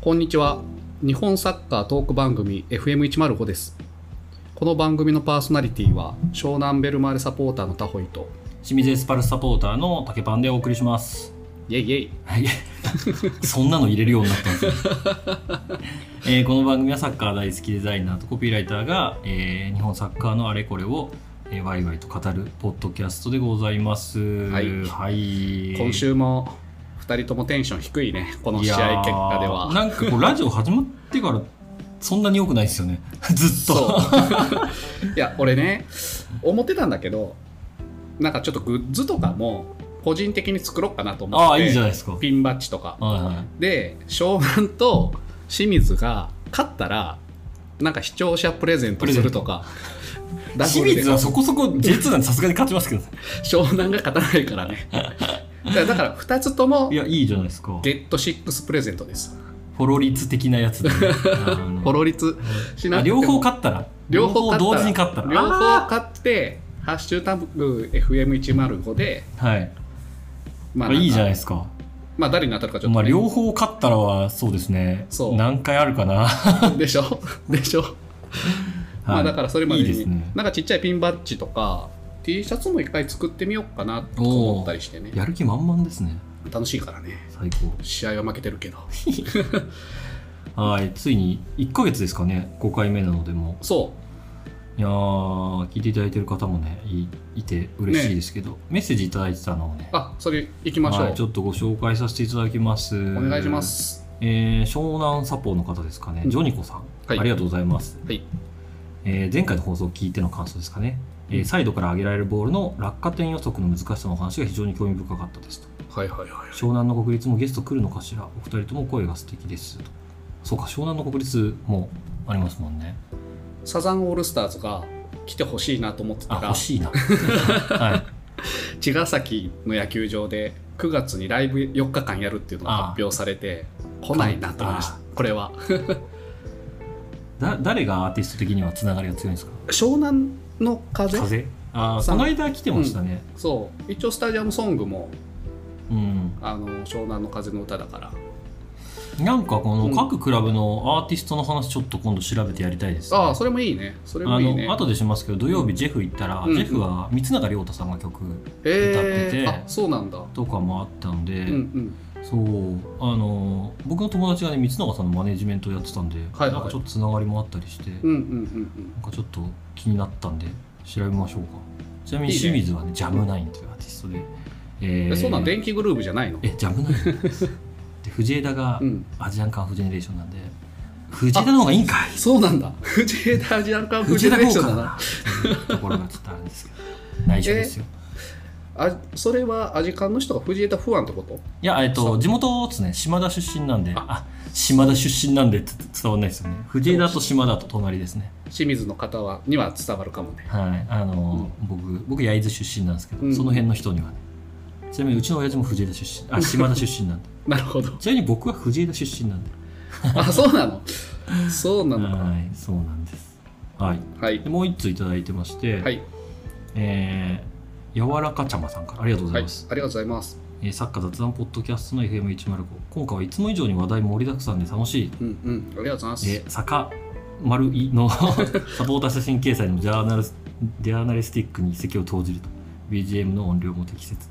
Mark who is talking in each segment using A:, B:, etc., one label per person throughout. A: こんにちは日本サッカートーク番組 FM105 ですこの番組のパーソナリティは湘南ベルマーレサポーターのタホイと
B: 清水エスパルスサポーターの竹パンでお送りします。
A: イェイイェイ
B: はい。そんなの入れるようになった んですね。えーこの番組はサッカー大好きデザイナーとコピーライターが、えー日本サッカーのあれこれを、えーワイワイと語るポッドキャストでございます。
A: い
B: はい
A: 今週も2人ともテンション低いねこの
B: い
A: 試
B: やー
A: 合結果では
B: なんかこうラジオ始まってからそんなに良くないですよね。 ずっと。
A: そういや俺ね思ってたんだけどなんかちょっとグッズとかも個人的に作ろうかなと思って
B: ああ、いいじゃないですか。はい
A: ピンバッジとか
B: は
A: で湘南と清水が勝ったらなんか視聴者プレゼントするとか
B: い。
A: ダブ
B: 清
A: ルで
B: 水はそこそこ J2 なんてさすがに勝ちますけど。
A: 湘南が勝たないから ねだからだから2つとも
B: いや、いいじゃないですか。
A: ゲット6プレゼントです
B: フォロリツ的なやつでね、あ の
A: フォロリツしな
B: あ
A: くて
B: 両方
A: も
B: 勝ったら
A: 両方勝ったら
B: 同時に勝ったら
A: 両方
B: あ
A: 勝って「ハッシュタグ #FM105 で」
B: ーはい、
A: ま
B: あ
A: なんか
B: いいじゃないですか、
A: まあ誰に当たるかちょっ
B: ま
A: と
B: あ、
A: ね、
B: 両方勝ったらはそうですね
A: そう
B: 何回あるかな
A: でしょでしょまあだからそれまで
B: いい
A: に
B: ですね
A: なんかちっちゃいピンバッジとか T シャツも一回作ってみようかなと思ったりしてね
B: やる気満々ですね
A: 楽しいからね
B: 最
A: 試合は負けてるけど
B: 高はいついに1ヶ月ですかね5回目なのでも
A: そう
B: いやー聞いていただいてる方もねいいて嬉しいですけど、メッセージいただいてたのをね
A: うあそれ行きましょう、
B: はい、ちょっとご紹介させていただきます
A: お願いします
B: えー湘南サポの方ですかね、
A: うん
B: ジョニコさん、
A: はい
B: ありがとうございます、
A: はい
B: えー前回の放送を聞いての感想ですかね、えー
A: うん
B: サイドから上げられるボールの落下点予測の難しさのお話が非常に興味深かったですと
A: はいはいはいはい
B: 湘南の国立もゲスト来るのかしらお二人とも声が素敵ですとそうか湘南の国立もありますもんね
A: サザンオールスターズが来てほしいなと思ってた
B: あ
A: ら
B: 欲 しいなはい
A: 茅ヶ崎の野球場で9月にライブ4日間やるっていうのが発表されて来ないなと思いました
B: あ
A: これは
B: だ誰がアーティスト的にはつながりが強いんですか
A: 湘南の風
B: 風あー
A: さん
B: この間来てましたね
A: そう一応スタジアムソングも
B: うん
A: あの湘南の風の歌だから
B: なんかこ
A: う
B: の
A: ん
B: 各クラブのアーティストの話ちょっと今度調べてやりたいです、ね、
A: ああそれもいいねそれも
B: あ
A: いいね
B: の後でしますけど土曜日ジェフ行ったら、
A: うん
B: ジェフは三永亮太さんが曲
A: えー
B: 歌ってて
A: あそうなんだう
B: とかもあったんで、
A: んうん
B: そうあの僕の友達がね三永さんのマネジメントをやってたんで、
A: はいはい
B: なんかちょっとつながりもあったりして、
A: うんうんうん
B: なんかちょっと気になったんで調べましょうかちなみに
A: いいね
B: 清水はねジャムナインというアーティストで、え
A: うんえ
B: ー
A: そうなん電気グルーブじゃないの
B: えジャムナインなんですで藤枝が
A: うん
B: アジアンカンフジェネレーションなんで藤枝の方がいいんかい
A: そうなんだ 藤枝アジアンカンフジェネレーションだな
B: ところがちょっとあるんですけど内緒ですよ
A: あそれはアジカンの人が藤枝ファンってこと
B: いやえっ
A: そ
B: と地元ですね島田出身なんであ島田出身なんでって伝わんないですよね藤枝と島田と隣ですね
A: 清水の方はには伝わるかもね
B: はいあの、僕僕焼津出身なんですけど、
A: うん
B: その辺の人にはねちなみにうちの親父も藤枝出身あ島田出身 なんで
A: なる ほど
B: ちなみに僕は藤枝出身なんで
A: あそうなのそうなのか
B: はいそうなんですはい
A: はい
B: でもう一通いただいてまして、
A: はい
B: えー、柔らかちゃまさんからありがとうご
A: は
B: ざ
A: いあり
B: い
A: が
B: ます、
A: とうございます
B: えー、作家雑談ポッドキャストの FM105 今回はいつも以上に話題盛りだくさんで楽しい、
A: うんうんありがとうございます
B: えー、坂丸い のサポーター写真掲載のジャーナルスジャーナリスティックに一石を投じると BGM の音量も適切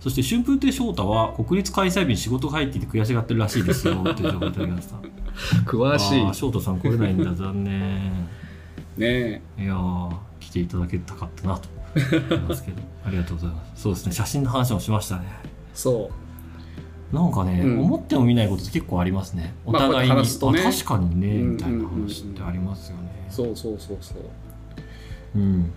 B: そして春風亭昇太は国立開催日に仕事が入っていて悔しがってるらしいです よという情報をいただきました
A: 詳し
B: あー昇太さん来れないんだ残念
A: いね
B: いやー来ていただけたかったなと思います けどありがとうございますそうですね写真の話もしましたね
A: えそ
B: なんかね、
A: うん
B: 思ってもみないことって結構ありますねお
A: まあ
B: 互いに,、
A: こうやって話すとね
B: あ確かにね、
A: うん
B: みたいな話ってありますよね
A: うそうそうそうそう
B: うん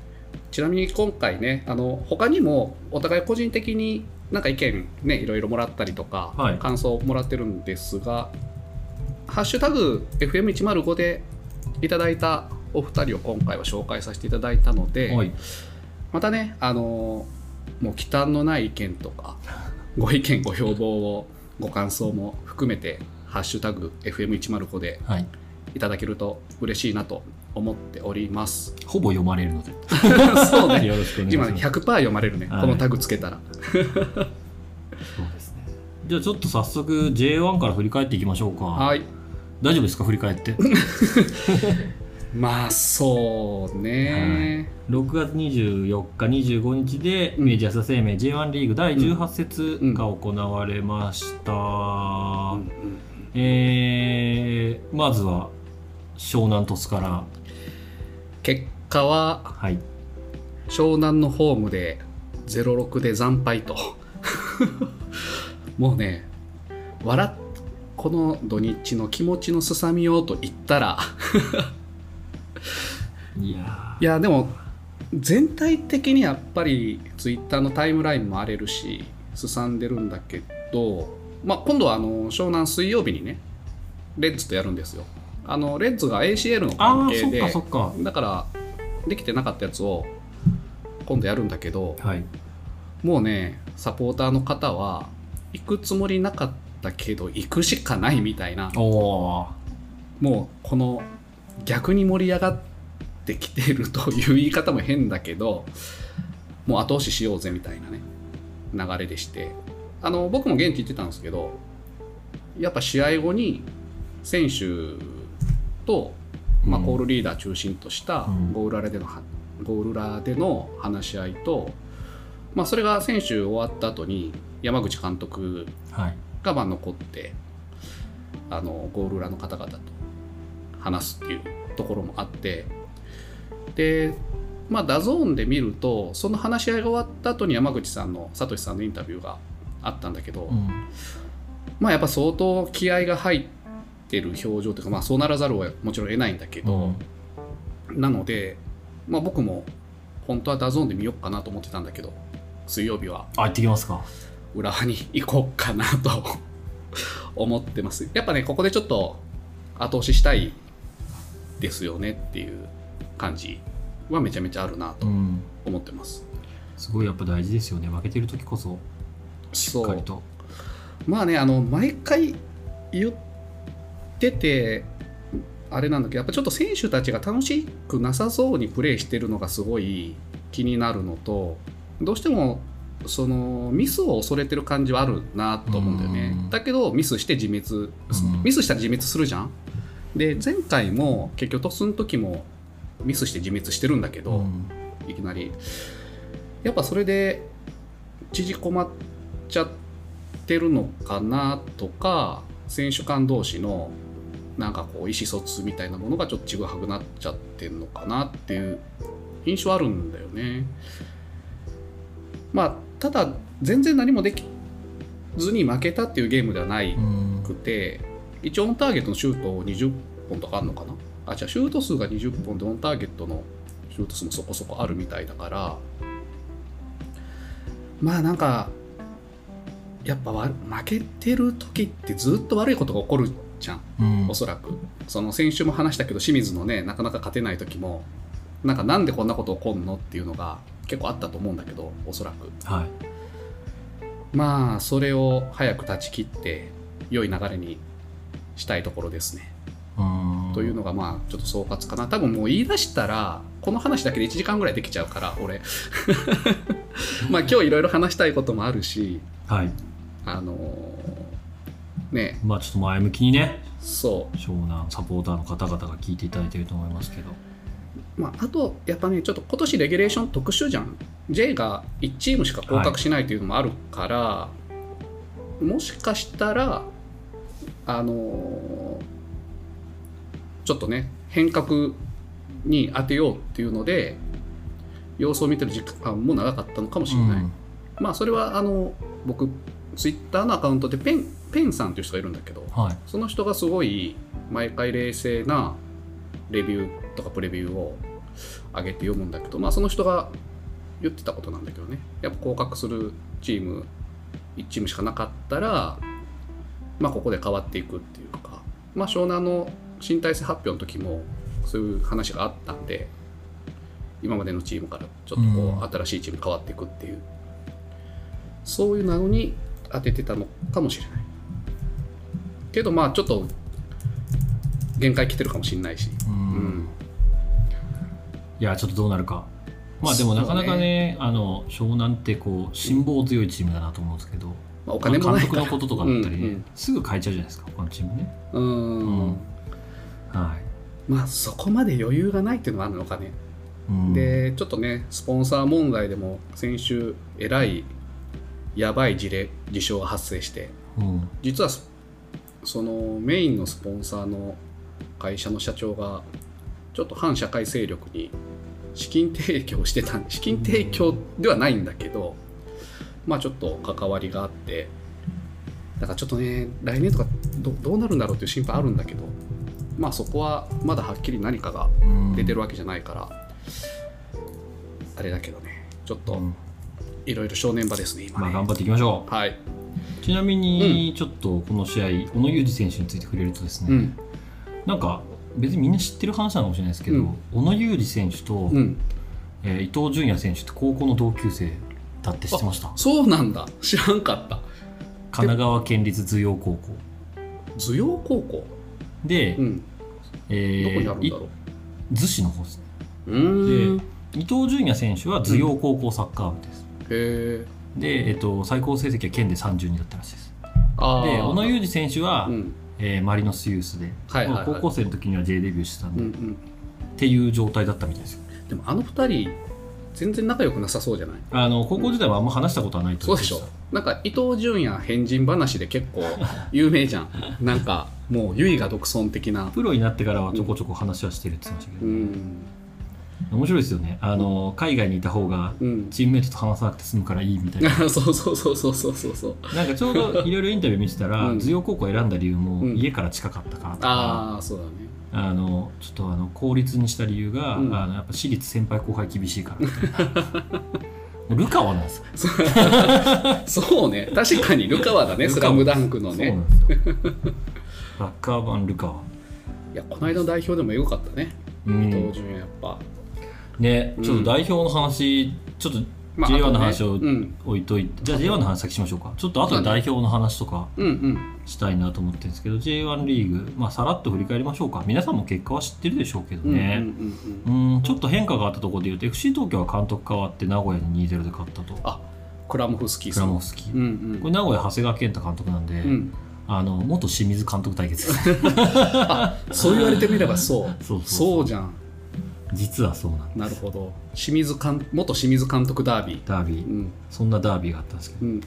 A: ちなみに今回ねあの他にもお互い個人的になんか意見ねいろいろもらったりとか、
B: はい
A: 感想もらってるんですが「ハッシュタグ #FM105」でいただいたお二人を今回は紹介させていただいたので、
B: はい
A: またねあのもう忌憚のない意見とか ご意見ご要望をご感想も含めて「ハッシュタグ #FM105」で
B: はい
A: いただけると嬉しいなと思っており ます。
B: ほぼ読まれるので
A: そうね
B: よろしくお願いし
A: 今
B: ます
A: 100%読まれるね、
B: はい
A: このタグつけたら。
B: そうですねじゃあちょっと早速 J1 から振り返っていきましょうか、
A: はい
B: 大丈夫ですか振り返って
A: まあそうね、
B: 6月24日25日で明治安田生命 J1 リーグ第18節が行われました、
A: うんうん
B: えーまずは湘南鳥栖から
A: 結果は
B: はい
A: 湘南のホームで0-6で惨敗と もうね笑っこの土日の気持ちのすさみようと言ったら
B: いや
A: いやでも全体的にやっぱりツイッターのタイムラインも荒れるしすさんでるんだけど、まあ、今度はあの湘南水曜日にねレッズとやるんですよあのレッズが ACL の
B: あ
A: 関
B: あそ
A: 係
B: っ
A: で
B: かそっか
A: だからできてなかったやつを今度やるんだけど
B: はい
A: もうねサポーターの方は行くつもりなかったけど行くしかないみたいな
B: おお
A: もうこの逆に盛り上がってきてるという言い方も変だけどもう後押ししようぜみたいなね流れでしてあの僕も現地行ってたんですけどやっぱ試合後に選手と、まあ、
B: うん
A: コールリーダー中心とした
B: うん
A: ゴール裏でのは、ゴール裏での話し合いと、まあ、それが選手終わった後に山口監督
B: はい
A: がまあ残ってあのゴール裏の方々と話すっていうところもあってでまあダゾーンで見るとその話し合いが終わった後に山口さんの聡さんのインタビューがあったんだけど、
B: うん
A: まあやっぱ相当気合が入ってる表情というか、まあ、そうならざるをもちろん得ないんだけど、
B: うん
A: なので、まあ、僕も本当はダゾーンで見ようかなと思ってたんだけど水曜日は
B: あ行ってきますか
A: 浦和に行こうかなと 思ってますやっぱねここでちょっと後押ししたいですよねっていう感じはめちゃめちゃあるなと
B: うん
A: 思ってます、
B: すごいやっぱ大事ですよね負けてる時こそしっ
A: そ
B: かり
A: う
B: と
A: まあねあの毎回言っててあれなんだけどやっぱちょっと選手たちが楽しくなさそうにプレーしてるのがすごい気になるのとどうしてもそのミスを恐れてる感じはあるなと思うんだよね
B: うん
A: だけどミスして自滅
B: うん
A: ミスしたら自滅するじゃんで前回も結局トスの時もミスして自滅してるんだけど、
B: うん
A: いきなりやっぱそれで縮こまっちゃってるのかなとか選手間同士のなんかこう意思疎通みたいなものがちょっとちぐはぐなっちゃってるのかなっていう印象あるんだよね。まあただ全然何もできずに負けたっていうゲームではない
B: うん
A: くて一応オンターゲットのシュート20本とかあるのかなあじゃあシュート数が20本でオンターゲットのシュート数もそこそこあるみたいだからまあなんかやっぱわ負けてる時ってずっと悪いことが起こるじゃん
B: うん
A: おそらくその先週も話したけど清水のねなかなか勝てない時もなんかなんでこんなこと起こんのっていうのが結構あったと思うんだけどおそらく
B: はい
A: まあそれを早く断ち切って良い流れにしたいところですね、
B: うん
A: というのがまあちょっと総括かな多分もう言い出したらこの話だけで1時間ぐらいできちゃうから 俺まあ今日いろいろ話したいこともあるし
B: はい
A: あのーね
B: まあちょっと前向きにね
A: そ
B: 湘南サポーターの方々が聞いていただいてると思いますけど
A: う、まあ、あとやっぱねちょっと今年レギュレーション特殊じゃん J が1チームしか降格しないというのもあるから、もしかしたらあのーちょっとね変革に当てようっていうので様子を見てる時間も長かったのかもしれない、
B: うん
A: まあそれはあの僕ツイッターのアカウントでペンペンさんという人がいるんだけど
B: はい
A: その人がすごい毎回冷静なレビューとかプレビューを上げて読むんだけど、まあ、その人が言ってたことなんだけどねやっぱ降格するチーム1チームしかなかったら、まあ、ここで変わっていくっていうか、まあ、湘南の新体制発表の時もそういう話があったんで今までのチームからちょっとこう
B: う
A: 新しいチームに変わっていくっていう、そういうなのに当ててたのかもしれない。けどまあちょっと限界来てるかもしれないし、
B: う
A: うんん、
B: いやちょっとどうなるかまあでもなかなか
A: そう
B: ねあの湘南ってこう辛抱強いチームだなと思うんですけど
A: ままあ、お金もない
B: 監督
A: から
B: のこととかだったり、
A: うんうん
B: すぐ変えちゃうじゃないですか他のチームね
A: うん、
B: うんはい
A: まあそこまで余裕がないっていうのはあるのかね、
B: うん、
A: でちょっとねスポンサー問題でも先週えらいやばい事例事象が発生して
B: うん
A: 実はスそのメインのスポンサーの会社の社長がちょっと反社会勢力に資金提供してたん資金提供ではないんだけど、まあちょっと関わりがあってだからちょっとね来年とかどどうなるんだろうっていう心配あるんだけどまあそこはまだはっきり何かが
B: うん
A: 出てるわけじゃないから、あれだけどねちょっ
B: う
A: と
B: ん
A: いろいろ正念場ですね今
B: まあ
A: ね、
B: 頑張っていきましょう
A: はい、
B: ちなみに、ちょっとこの試合、小野裕二選手について触れるとですね、
A: うん
B: なんか別にみんな知ってる話なのかもしれないですけど、
A: うん
B: 小野裕二選手と、
A: うん、
B: えー伊東純也選手って高校の同級生だって知ってました神
A: そうなんだ知らんかった
B: 奈川県立図陽高校
A: 頭陽高校
B: で、
A: うん
B: え
A: どこ
B: ー
A: にあるんだろ
B: い図市の方ですね
A: ううーんへ
B: 伊東純也選手は図陽高校サッカー部です、
A: え
B: で、えっと最高成績は県で32だったらしいです
A: ああ
B: で小野裕二選手は、
A: うん
B: えーマリノスユースで、
A: はいはいはい
B: 高校生の時には J デビューしてたん
A: う
B: で、
A: んう
B: っ
A: ん
B: ていう状態だったみたいですよ
A: でもあの二人全然仲良くなさそうじゃない
B: あの高校時代はあんま話したことはないと
A: そうでしょなんか伊藤純也変人話で結 構有名じゃんなんかもう唯が独尊的な
B: プロになってからはちょこちょこ話はしてるって言ってましたけ
A: う
B: ど、
A: ん
B: 面白いですよねあの海外にいた方が
A: うん
B: チームメイトと話さなくて済むからいいみたいな
A: そうそうそうそうそうそうそう
B: なんかちょうどいろいろインタビュー見てたら
A: うん
B: 頭陽高校選んだ理由も
A: うん
B: 家から近かったからとか、
A: ああそうだね
B: あのちょっとあの公立にした理由が、
A: うん
B: あのやっぱ私立先輩後輩厳しいからみたい なルカワなんですよ、
A: そうそうね確かにルカワだね「
B: ル
A: ス
B: カ
A: ラ
B: ワ
A: ムダンクの
B: そうな
A: ね
B: んですよサッカー版ルカワ
A: いやこの間の代表でもよかったね、
B: う
A: 伊藤
B: ん
A: 純也やっぱ
B: ね
A: うん
B: ちょっと代表の話ちょっと J1 の話を
A: あとねうん
B: 置いといてじゃあ J1 の話先しましょうかちょっと後で代表の話とか
A: うんうん
B: したいなと思ってるんですけど J1 リーグ、まあ、さらっと振り返りましょうか皆さんも結果は知ってるでしょうけど
A: うんうん
B: ね、
A: う
B: うん
A: んうん
B: ちょっと変化があったところでいうと FC 東京は監督変わって名古屋に2-0で勝ったと
A: あクラモフスキー
B: ク
A: さ
B: ラ
A: ん
B: モフスキー、
A: うん
B: これ名古屋長谷川健太監督なんで、
A: うんうん
B: あの元清水監督対決 ですね
A: そう言われてみればそう
B: そうそう
A: そうじゃん
B: 実はそうなんで
A: なる
B: す
A: ほど清水監元清水監督ダービー
B: ダービ
A: う
B: ー
A: ん
B: そんなダービーがあったんですけど
A: うん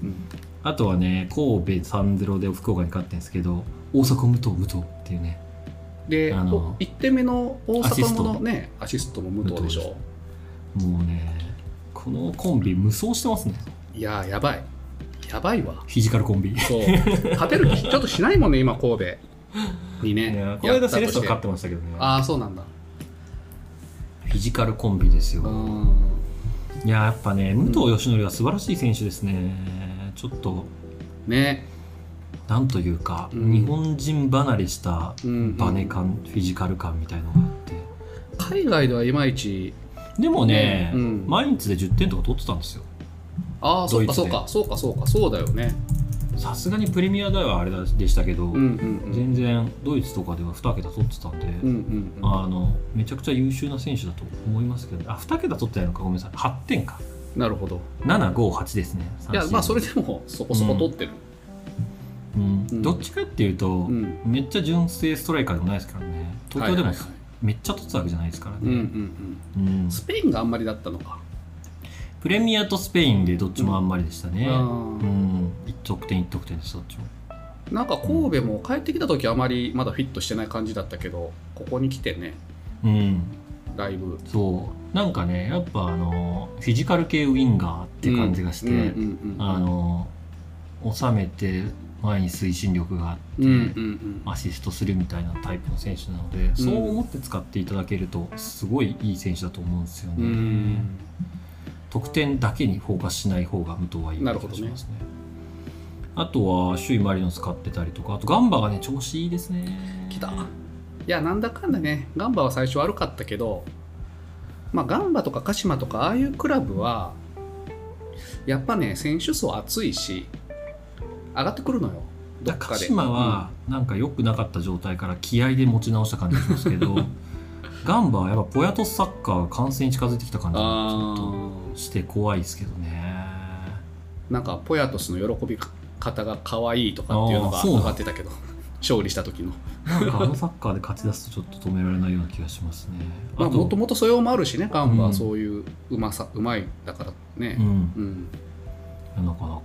B: あとはね神戸3-0で福岡に勝ってるんですけど大阪武藤武藤っていうね
A: うんで
B: あの
A: 1点目の大
B: アシス
A: 阪
B: ト
A: ものねアシストも武藤でしょ
B: もうねこのコンビ無双してますね
A: いやーやばいやばいわ
B: フィジカルコンビ
A: そう勝てる 気ちょっとしないもんね今神戸に
B: い
A: ね
B: や この間セレッ
A: と
B: ソ
A: して
B: 勝ってましたけどね
A: ああそうなんだ
B: フィジカルコンビですよ、
A: うん
B: いややっぱね武藤義則は素晴らしい選手ですね、ちょっと
A: ね
B: なんというか、
A: うん
B: 日本人離れした
A: うん
B: バネ感、フィジカル感みたいのがあって
A: 海外ではいまいち
B: でもね、
A: うん
B: 毎日で10点とか取ってたんですよ
A: ああ
B: ド
A: そう
B: イ
A: か
B: ツ
A: そう
B: で
A: かそうかそうかそうだよね
B: さすがにプレミアではあれでしたけど、
A: うんうん
B: 全然ドイツとかでは2桁取ってたんで、
A: うんうんうんうん
B: あのめちゃくちゃ優秀な選手だと思いますけどあ2桁取ってないのかごめんなさい8点か
A: なるほど
B: 758ですね
A: いやまあそれ
B: で、
A: でもそこそこ取ってる
B: うん
A: うん
B: どっちかっていうと、
A: ん
B: めっちゃ純正ストライカーでもないですからね東京でも
A: はいはいはい
B: めっちゃ取ってたわけじゃないですから
A: うんうんう
B: ね、
A: ん
B: うん
A: スペインがあんまりだったのか
B: プレミアとスペインでどっちもあんまりでしたね、
A: う
B: うん
A: ん
B: 1得点1得点ですどっちも
A: なんか神戸も帰ってきた時あまりまだフィットしてない感じだったけどここに来てね
B: うん
A: だいぶっ
B: そうなんかねやっぱあのフィジカル系ウィンガーって感じがして、
A: うんうんうん
B: あの収めて前に推進力があって、
A: うんうん
B: アシストするみたいなタイプの選手なので、そう思って使っていただけるとすごいいい選手だと思うんですよ
A: うんう
B: ね、
A: ん
B: 得点だけにフォーカスしない方が武藤はいい気
A: な
B: が
A: るほどね
B: しますねあとは首位マリノス勝ってたりとかあとガンバがね調子いいですね
A: 来たいやなんだかんだねガンバは最初悪かったけど、まあ、ガンバとか鹿島とかああいうクラブはやっぱね選手層厚いし上がってくるのよどっか
B: 鹿
A: で
B: 島はなんか良くなかった状態から気合で持ち直した感じがしますけ どガンバはやっぱポヤトスサッカーが完成に近づいてきた感
A: うん
B: じがちょっと
A: あ
B: して怖いですけどね
A: ーなんかポヤトスの喜び方が可愛いとかっていうの
B: あー
A: が
B: そうなん
A: 上がってたけど勝利した時の
B: なんかあのサッカーで勝ち出すとちょっと止められないような気がしますね。
A: まあ
B: あと
A: もともと素養もあるしねガンバ
B: う
A: は
B: ん
A: そういううまさうまいだから
B: う
A: ね
B: ん、
A: うん、
B: なかなか。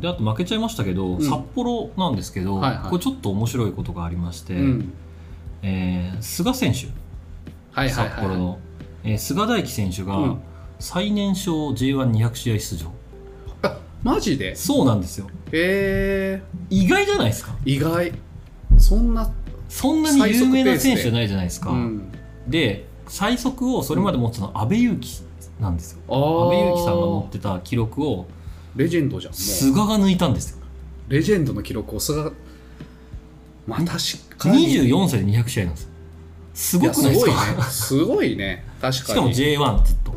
B: であと負けちゃいましたけど、
A: うん
B: 札幌なんですけど、
A: はいはい
B: これちょっと面白いことがありまして、
A: うん、
B: えー菅選手、
A: はいはい
B: 札
A: はい
B: 幌の、えー菅大輝選手
A: う
B: が
A: ん
B: 最年少 J1200 試合出場、
A: あマジで
B: そうなんですよ
A: え
B: 意外じゃないですか
A: ー、意外そんな
B: そんなに有名な選手じゃないじゃないですか、
A: うん
B: で最速をそれまで持ってたのは阿部勇樹なんですよ
A: あ
B: 阿
A: あ
B: 部勇樹さんが持ってた記録を
A: レジェンドじゃんも
B: 菅が抜いたんですよ
A: うレジェンドの記録をすがまあ確かに
B: 24歳で200試合なんですよす
A: い
B: ご
A: や
B: くないですか
A: すごいねすごいね確
B: し
A: か
B: かも
A: に
B: J1 ずっと、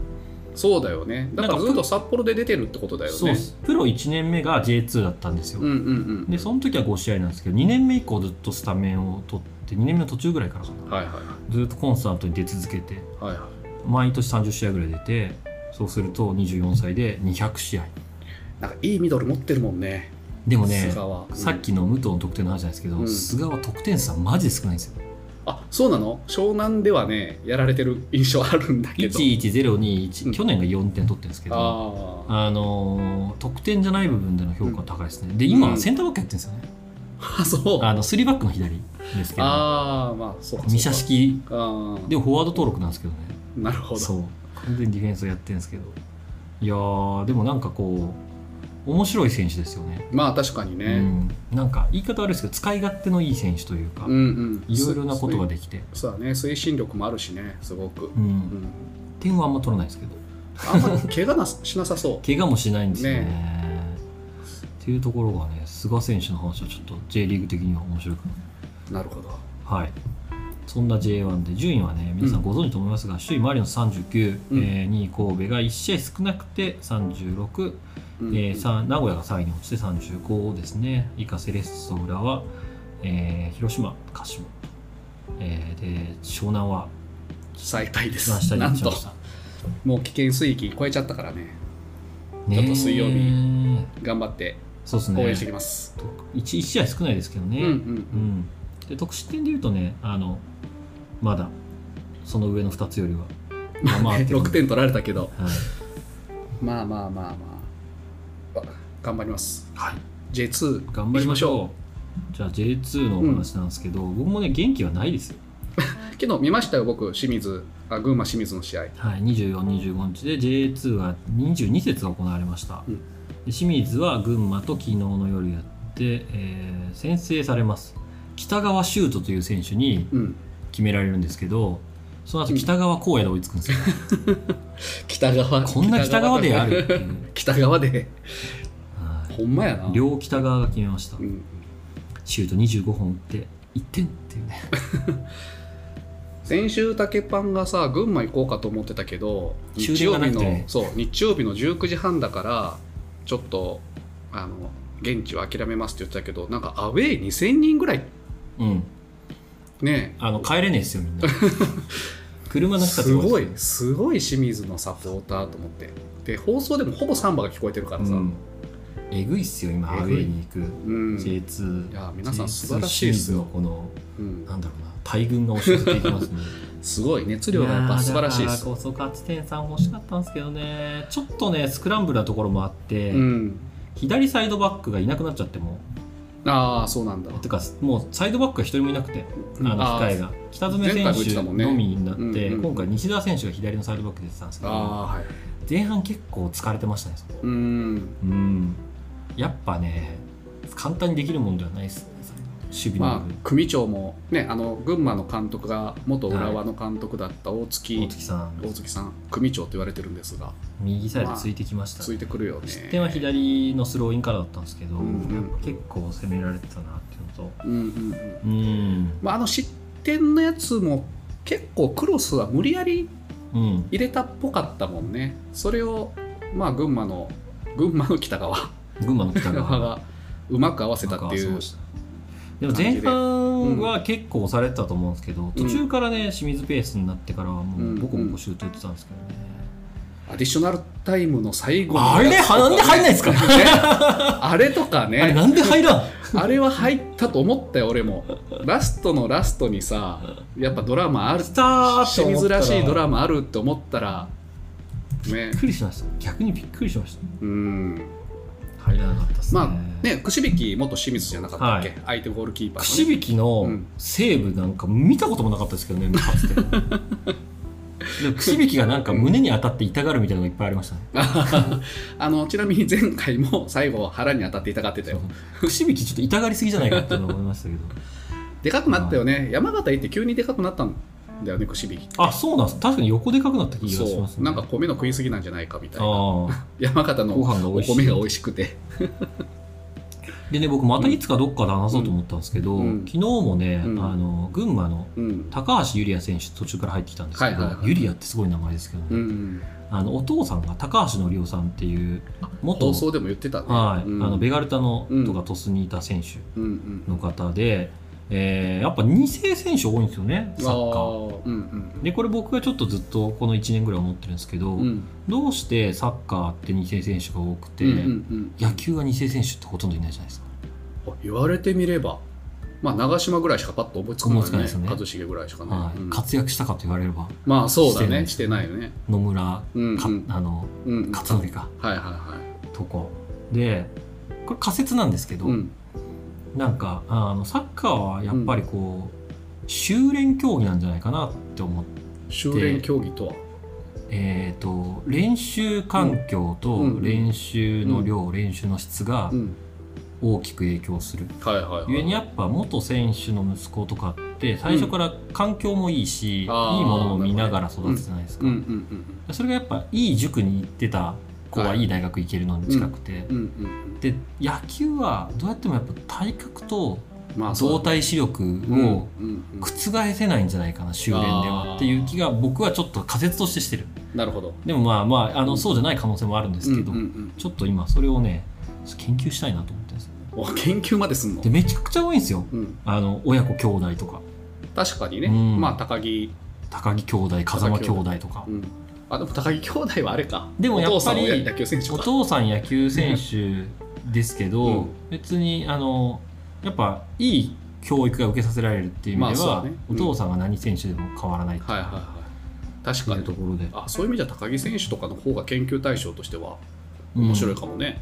A: そうだよねだか
B: なん
A: ら
B: か
A: ずっと札幌で出てるってことだよね
B: そうっすプロ1年目が J2 だったんですよ、
A: うんうんうん
B: でその時は5試合なんですけど2年目以降ずっとスタメンを取って2年目の途中ぐらいからかな
A: はいはい
B: ずっとコンスタントに出続けて
A: はいはい
B: 毎年30試合ぐらい出てそうすると24歳で200試合
A: なんかいいミドル持ってるもんね
B: でもね
A: 菅は、うん
B: さっきの武藤の得点の話なんですけど、
A: うん
B: 菅は得点数はマジで少ないんですよ
A: あそうなの湘南ではねやられてる印象あるんだけどう
B: 1102
A: ん
B: 去年が4点取ってるんですけど、
A: ああ
B: あのー得点じゃない部分での評価は高いですねで今
A: うん
B: センターバックやってるんですよね、
A: あそう
B: あの3バックの左ですけど
A: ああまあそうかそうか
B: ミシャ式
A: ああ
B: でもフォワード登録なんですけどね
A: なるほど
B: そう完全にディフェンスをやってるんですけどいやーでもなんかこう面白い選手ですよね
A: まあ確かにね、
B: うん、なんか言い方悪いですけど使い勝手のいい選手というか、
A: うんうん
B: いろいろなことが
A: す
B: できて、
A: そうだね推進力もあるしねすごく、
B: う、
A: うんん、
B: 点はあんま取らないですけど
A: あんま怪我なしなさそ
B: 怪我もしないんですよね
A: ね
B: っていうところがね菅選手の話はちょっと J リーグ的には面白いか
A: うなるほど
B: なはいそんな J1 で順位はね皆さんご存知と思いますが、首位マリノス39、
A: うん
B: えー2位神戸が1試合少なくて36、
A: うん
B: えー、さん名古屋が3位に落ちて35ですね以下セレッソ浦和、えー広島鹿島、えーで湘南は
A: 最下位で
B: 一番下
A: す
B: に
A: な
B: 落
A: ん
B: ちま
A: と
B: した
A: もう危険水域超えちゃったからね
B: ね
A: ちょっと水曜
B: 日
A: 頑張って
B: そうです
A: 応援して
B: ね
A: きます、
B: 1試合少ないですけどね、
A: うんうん
B: うんで得失点でいうとねあのまだその上の2つよりは
A: まあ
B: まあ
A: ね、
B: でも
A: 6点取られたけど
B: はい、
A: まあまあまあまああ頑張ります
B: はい
A: J2
B: 頑張りましょうじゃあ J2 のお話なんですけど、僕もね元気はないですよ、
A: 昨日見ましたよ僕清水あ群馬清水の試合
B: はい、2425日で J2 は22節が行われました、
A: うん
B: で清水は群馬と昨日の夜やって、えー先制されます北川修斗という選手に
A: うん
B: 決められるんですけどその後北川光也で追いつくん ですよ、
A: 北側
B: こんな北川であるっていう、
A: 北側で
B: はい
A: ほんまやな
B: 両北側が決めました
A: うん、
B: シュート25本打って1点っていうね
A: 先週竹パンがさ群馬行こうかと思ってたけど
B: 終
A: 日
B: 電
A: 曜
B: がな
A: 日
B: くて
A: の、
B: ね
A: そう日曜日の19時半だからちょっとあの現地は諦めますって言ってたけどなんかアウェー2000人ぐらい
B: うん
A: ね
B: あの帰れねえですよみ んな車の人たち
A: す
B: が多
A: ご
B: で
A: いすごい清水のサポーターと思ってで放送でもほぼサンバが聞こえてるから
B: す
A: さ、
B: よ、う
A: うんん、
B: えぐいっすよ今ア
A: え
B: ウ
A: ぐい
B: ェイに行く J2
A: いや皆さん素晴らしいっすよ
B: J2 清水のこ
A: うん
B: のなんだろうな大軍が押し寄せていきま すね
A: すごい熱量がやっぱ素晴らしい
B: や
A: で
B: ーだ
A: す
B: からこそ勝ち点3欲しかったんですけどねちょっとねスクランブルなところもあって、
A: うん
B: 左サイドバックがいなくなっちゃっても
A: ああそうなんだ
B: てかもうサイドバックが一人もいなくてあの
A: あ
B: 控え
A: ー
B: が北爪選手のみにな
A: 前回も言って
B: って、
A: たもんねうんうん
B: 今回西田選手が左のサイドバックで出てたんですけど
A: あーはい
B: 前半結構疲れてましたねそこ
A: うん
B: うんやっぱね簡単にできるもんではないですね守備の
A: ま
B: 部
A: あ
B: 分、、
A: 組長も、ね、あの群馬の監督が元浦和の監督だった大月,、
B: 大月さん
A: 大月さん組長と言われてるんですが
B: 右サイドついてきました、
A: ついてくるよね
B: 失点は左のスローインからだったんですけど、
A: うんうん
B: やっぱ結構攻められてたなっていうのと
A: うんうんうん
B: うん、
A: まあ、あの失点のやつも結構クロスは無理やり
B: うん、
A: 入れたっぽかったもんねそれを、まあ、群馬の群馬の北 川
B: 群馬の北
A: 北
B: 側
A: 川がうまく合わせたってい
B: なん
A: う
B: かそうでも前半は結構押されてたと思うんですけど、途中からね清水ペースになってからはもうボコボコシュート打ってたんですけどね、
A: アディショナルタイムの最後の
B: あれ
A: やつとかね
B: なんで入んないんですか
A: ね あれとかね
B: あれなんで入らん
A: あれは入ったと思ったよ俺もラストのラストにさやっぱドラマある
B: 来たーっ て
A: 清
B: 思
A: 水
B: った
A: ら
B: ら
A: しいドラマあるって思ったらね
B: びっくりしました逆にびっくりしました
A: うん
B: 入らなかったですね,、
A: まあねくし引き元清水じゃなかったっけ、相手ゴールキーパーのね、
B: くし引きの
A: うん
B: セーブなんか見たこともなかったですけ どねかつてでもくし引きがなんか胸に当たって痛がるみたいなのがいっぱいありましたね
A: あのちなみに前回も最後腹に当たって痛がってたよ
B: くし引きちょっと痛がりすぎじゃないかっていうのを思いました けど
A: でかくなったよね山形行って急にでかくなったんだよねくし引き
B: あそうなんです確かに横でかくなった気がします
A: そうな
B: ね
A: んか米の食いすぎなんじゃないかみたいな
B: ああ
A: 山形
B: ご
A: の
B: 飯が美
A: お
B: 味しい
A: 米が美味しくて
B: でね僕またいつかどっかで話そうと思ったんですけど、
A: うん
B: 昨日もね、
A: うん
B: あの群馬の
A: うん
B: 高橋ゆりや選手途中から入ってきたんですけど、
A: はいはいはい
B: ゆりやってすごい名前ですけどね、
A: うん
B: あのお父さんが高橋のりおさんっていう元
A: 放送でも言ってたね
B: はい
A: うん
B: あのベガルタの
A: うん
B: とか鳥栖にいた選手
A: うんうん
B: の方で、えーやっぱ2世選手多いんですよねサッカー。
A: あーうんうん
B: でこれ僕がちょっとずっとこの1年ぐらい思ってるんですけど、
A: うん
B: どうしてサッカーって2世選手が多くて、
A: うんうん
B: 野球は2世選手ってほとんどいないじゃないですか。
A: うんあ言われてみればまあ長島ぐらいしかパッと思いつかない
B: 思いつかないですよね
A: 一茂ぐらいしかね、
B: はい
A: うん
B: 活躍したかと言われれば
A: まあそうだねし
B: してて
A: な
B: ない
A: いよね
B: 野村、
A: うんうん
B: かあの
A: うんうん
B: 勝則か
A: はいはいはい
B: とこでこれ仮説なんですけど、
A: うん
B: なんかあのサッカーはやっぱりこう、修練競技なんじゃないかなって思って。
A: 修練競技とは
B: えー、と練習環境と
A: うん
B: 練習の量、練習の質が
A: うん
B: 大きく影響する、
A: はいはいはい
B: ゆえにやっぱ元選手の息子とかって最初から環境もいいし、
A: あー
B: いいものを見ながら育つじゃないですか、
A: うんうん
B: それがやっぱいい塾に行ってた子は
A: はい
B: いい大学行けるのに近くて、
A: うんうんうん
B: で野球はどうやってもやっぱ体格と
A: うんまあそう
B: 動
A: だね
B: 体視力
A: う
B: を
A: んうんうん
B: 覆せないんじゃないかな修練で
A: あー
B: はっていう気が僕はちょっと仮説としてしてる
A: なるほど
B: でもまあまああ
A: うん
B: のそうじゃない可能性もあるんですけど、
A: うんうんうん
B: ちょっと今それをね研究したいなと思ってるんですよ
A: お研究まですんの
B: でめちゃくちゃ多いんですよ
A: うん、
B: あの親子兄弟とか
A: 確かにね、
B: うん
A: まあ高木、
B: 高木兄弟風間兄弟とか
A: うん、あでも高木兄弟はあれか
B: でもやっぱり
A: お父さんは野球選手か
B: お父さん野球選手ですけど、
A: うん
B: 別にあのやっぱいい教育が受けさせられるっていう意味では、
A: まあそうだねうん
B: お父さんが何選手でも変わらないって
A: はいはいはい確か
B: いう
A: に
B: ところで、
A: あそういう意味じゃ高木選手とかの方が研究対象としては
B: うん
A: 面白いかもね、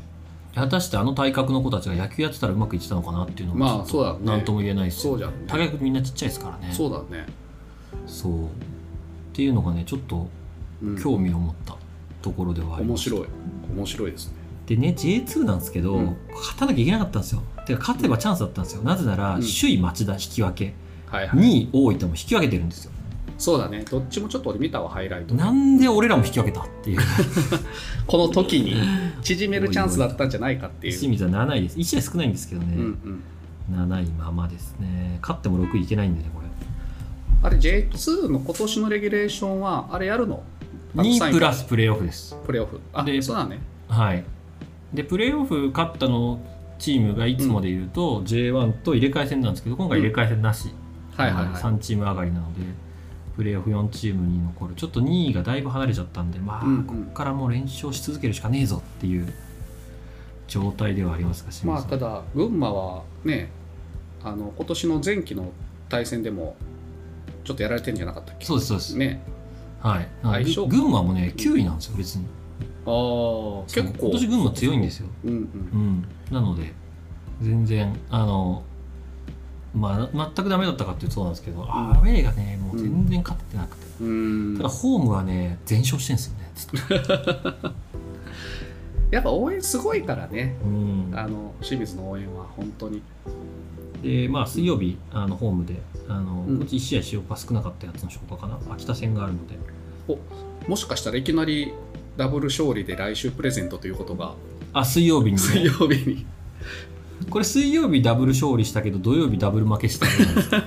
B: 果たしてあの体格の子たちが野球やってたらうまくいってたのかなっていうのも
A: まあ
B: ちょっ
A: そうだ
B: と
A: ね
B: 何とも言えないし、
A: そうじゃん、
B: 高木君みんなちっちゃいですからね
A: そうだね、
B: そうっていうのがねちょっと
A: うん
B: 興味を持ったところではあり
A: 面
B: ます、
A: 白い面白いですね
B: でね J2 なんですけど、
A: うん
B: 勝たなきゃいけなかったんですよてか勝てばチャンスだったんですよなぜなら、
A: うん
B: 首位町田引き分け
A: はいはい
B: 2位大分も引き分けてるんですよ
A: そうだねどっちもちょっと俺見たわハイライト
B: なんで俺らも引き分けたっていう
A: この時に縮めるチャンスだったんじゃないかっていう
B: 清水は7位です1試合少ないんですけどね、
A: うんうん、
B: 7位ままですね勝っても6位いけないんでねこれ
A: あれ J2 の今年のレギュレーションはあれやるのあの
B: 2
A: 三
B: 位
A: 位
B: プラスプレーオフです
A: プレーオフあ
B: で
A: そうだね
B: はいでプレーオフ勝ったのチームがいつもで言うと、J1 と入れ替え戦なんですけど今回入れ替え戦なし、
A: はいはいはい
B: 3チーム上がりなのでプレーオフ4チームに残るちょっと2位がだいぶ離れちゃったんでまあ、
A: うんうん
B: ここからもう連勝し続けるしかねえぞっていう状態ではありますが清水
A: まあ
B: さん
A: ただ群馬はねあの今年の前期の対戦でもちょっとやられてんじゃなかったっけ
B: そうですそうです、
A: ね
B: はいなん
A: 相
B: で
A: 性
B: 群馬もね9位なんですよ別に
A: ああ結構
B: 今年群馬強いんですよ
A: うんう
B: うんんなので全然あのまあ全くダメだったかっていうとそうなんですけど、アウェーがねもう全然勝ててなくて、
A: う
B: た
A: ん
B: だホームはね全勝してるんですよねずっと
A: やっぱ応援すごいからね
B: うん
A: あの清水の応援は本当に
B: でまあ、水曜日、あのホームで、あの
A: うん
B: こっち1試合使用が少なかったやつの消化かな、秋田戦があるので、
A: もしかしたらいきなりダブル勝利で来週プレゼントということが
B: あ水曜日に、
A: 水
B: ね、
A: 曜日に
B: これ、水曜日ダブル勝利したけど、土曜日ダブル負けしたじゃな いですか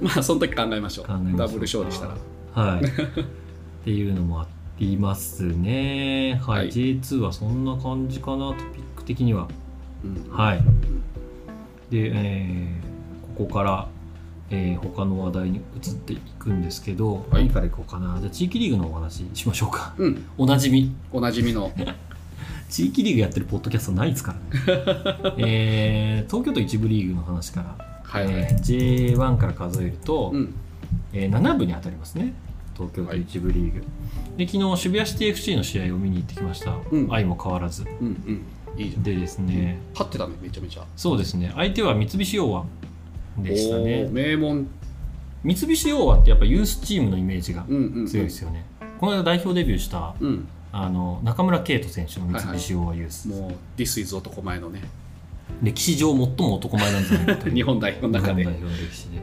A: まあその時考えましょう
B: 考えましょう
A: ダブル勝利したら
B: はい、っていうのもありますね、はい
A: はい
B: J2 はそんな感じかな、トピック的には。
A: うん
B: はいで、えーここから、えー他の話題に移っていくんですけど、
A: はい
B: 何からいこうかなじゃあ地域リーグのお話しましょうか
A: うん、
B: おなじみ
A: おなじみの。
B: 地域リーグやってるポッドキャストないで すからね、えー東京都一部リーグの話から、
A: はい、
B: えー J1 から数えると、
A: うん。
B: えー7部に当たりますね東京都一部リーグ、で昨日渋谷シティ FC の試合を見に行ってきました、
A: うん
B: 相も変わらず
A: うんうん。いいじゃん。
B: でですね、
A: 勝ってたね、めちゃめちゃ。
B: そうですね相手は三菱洋和でした
A: おー
B: ね
A: 名門。
B: 三菱洋和ってやっぱユースチームのイメージが
A: うんうん、うん。
B: 強いですよね、この間代表デビューした
A: うん。
B: あの中村敬斗選手の三菱洋和ユース、
A: もう、This is 男前のね、
B: 歴史上最も男前なんじゃないか という
A: 日本代表の中で
B: 日。本代表の歴史で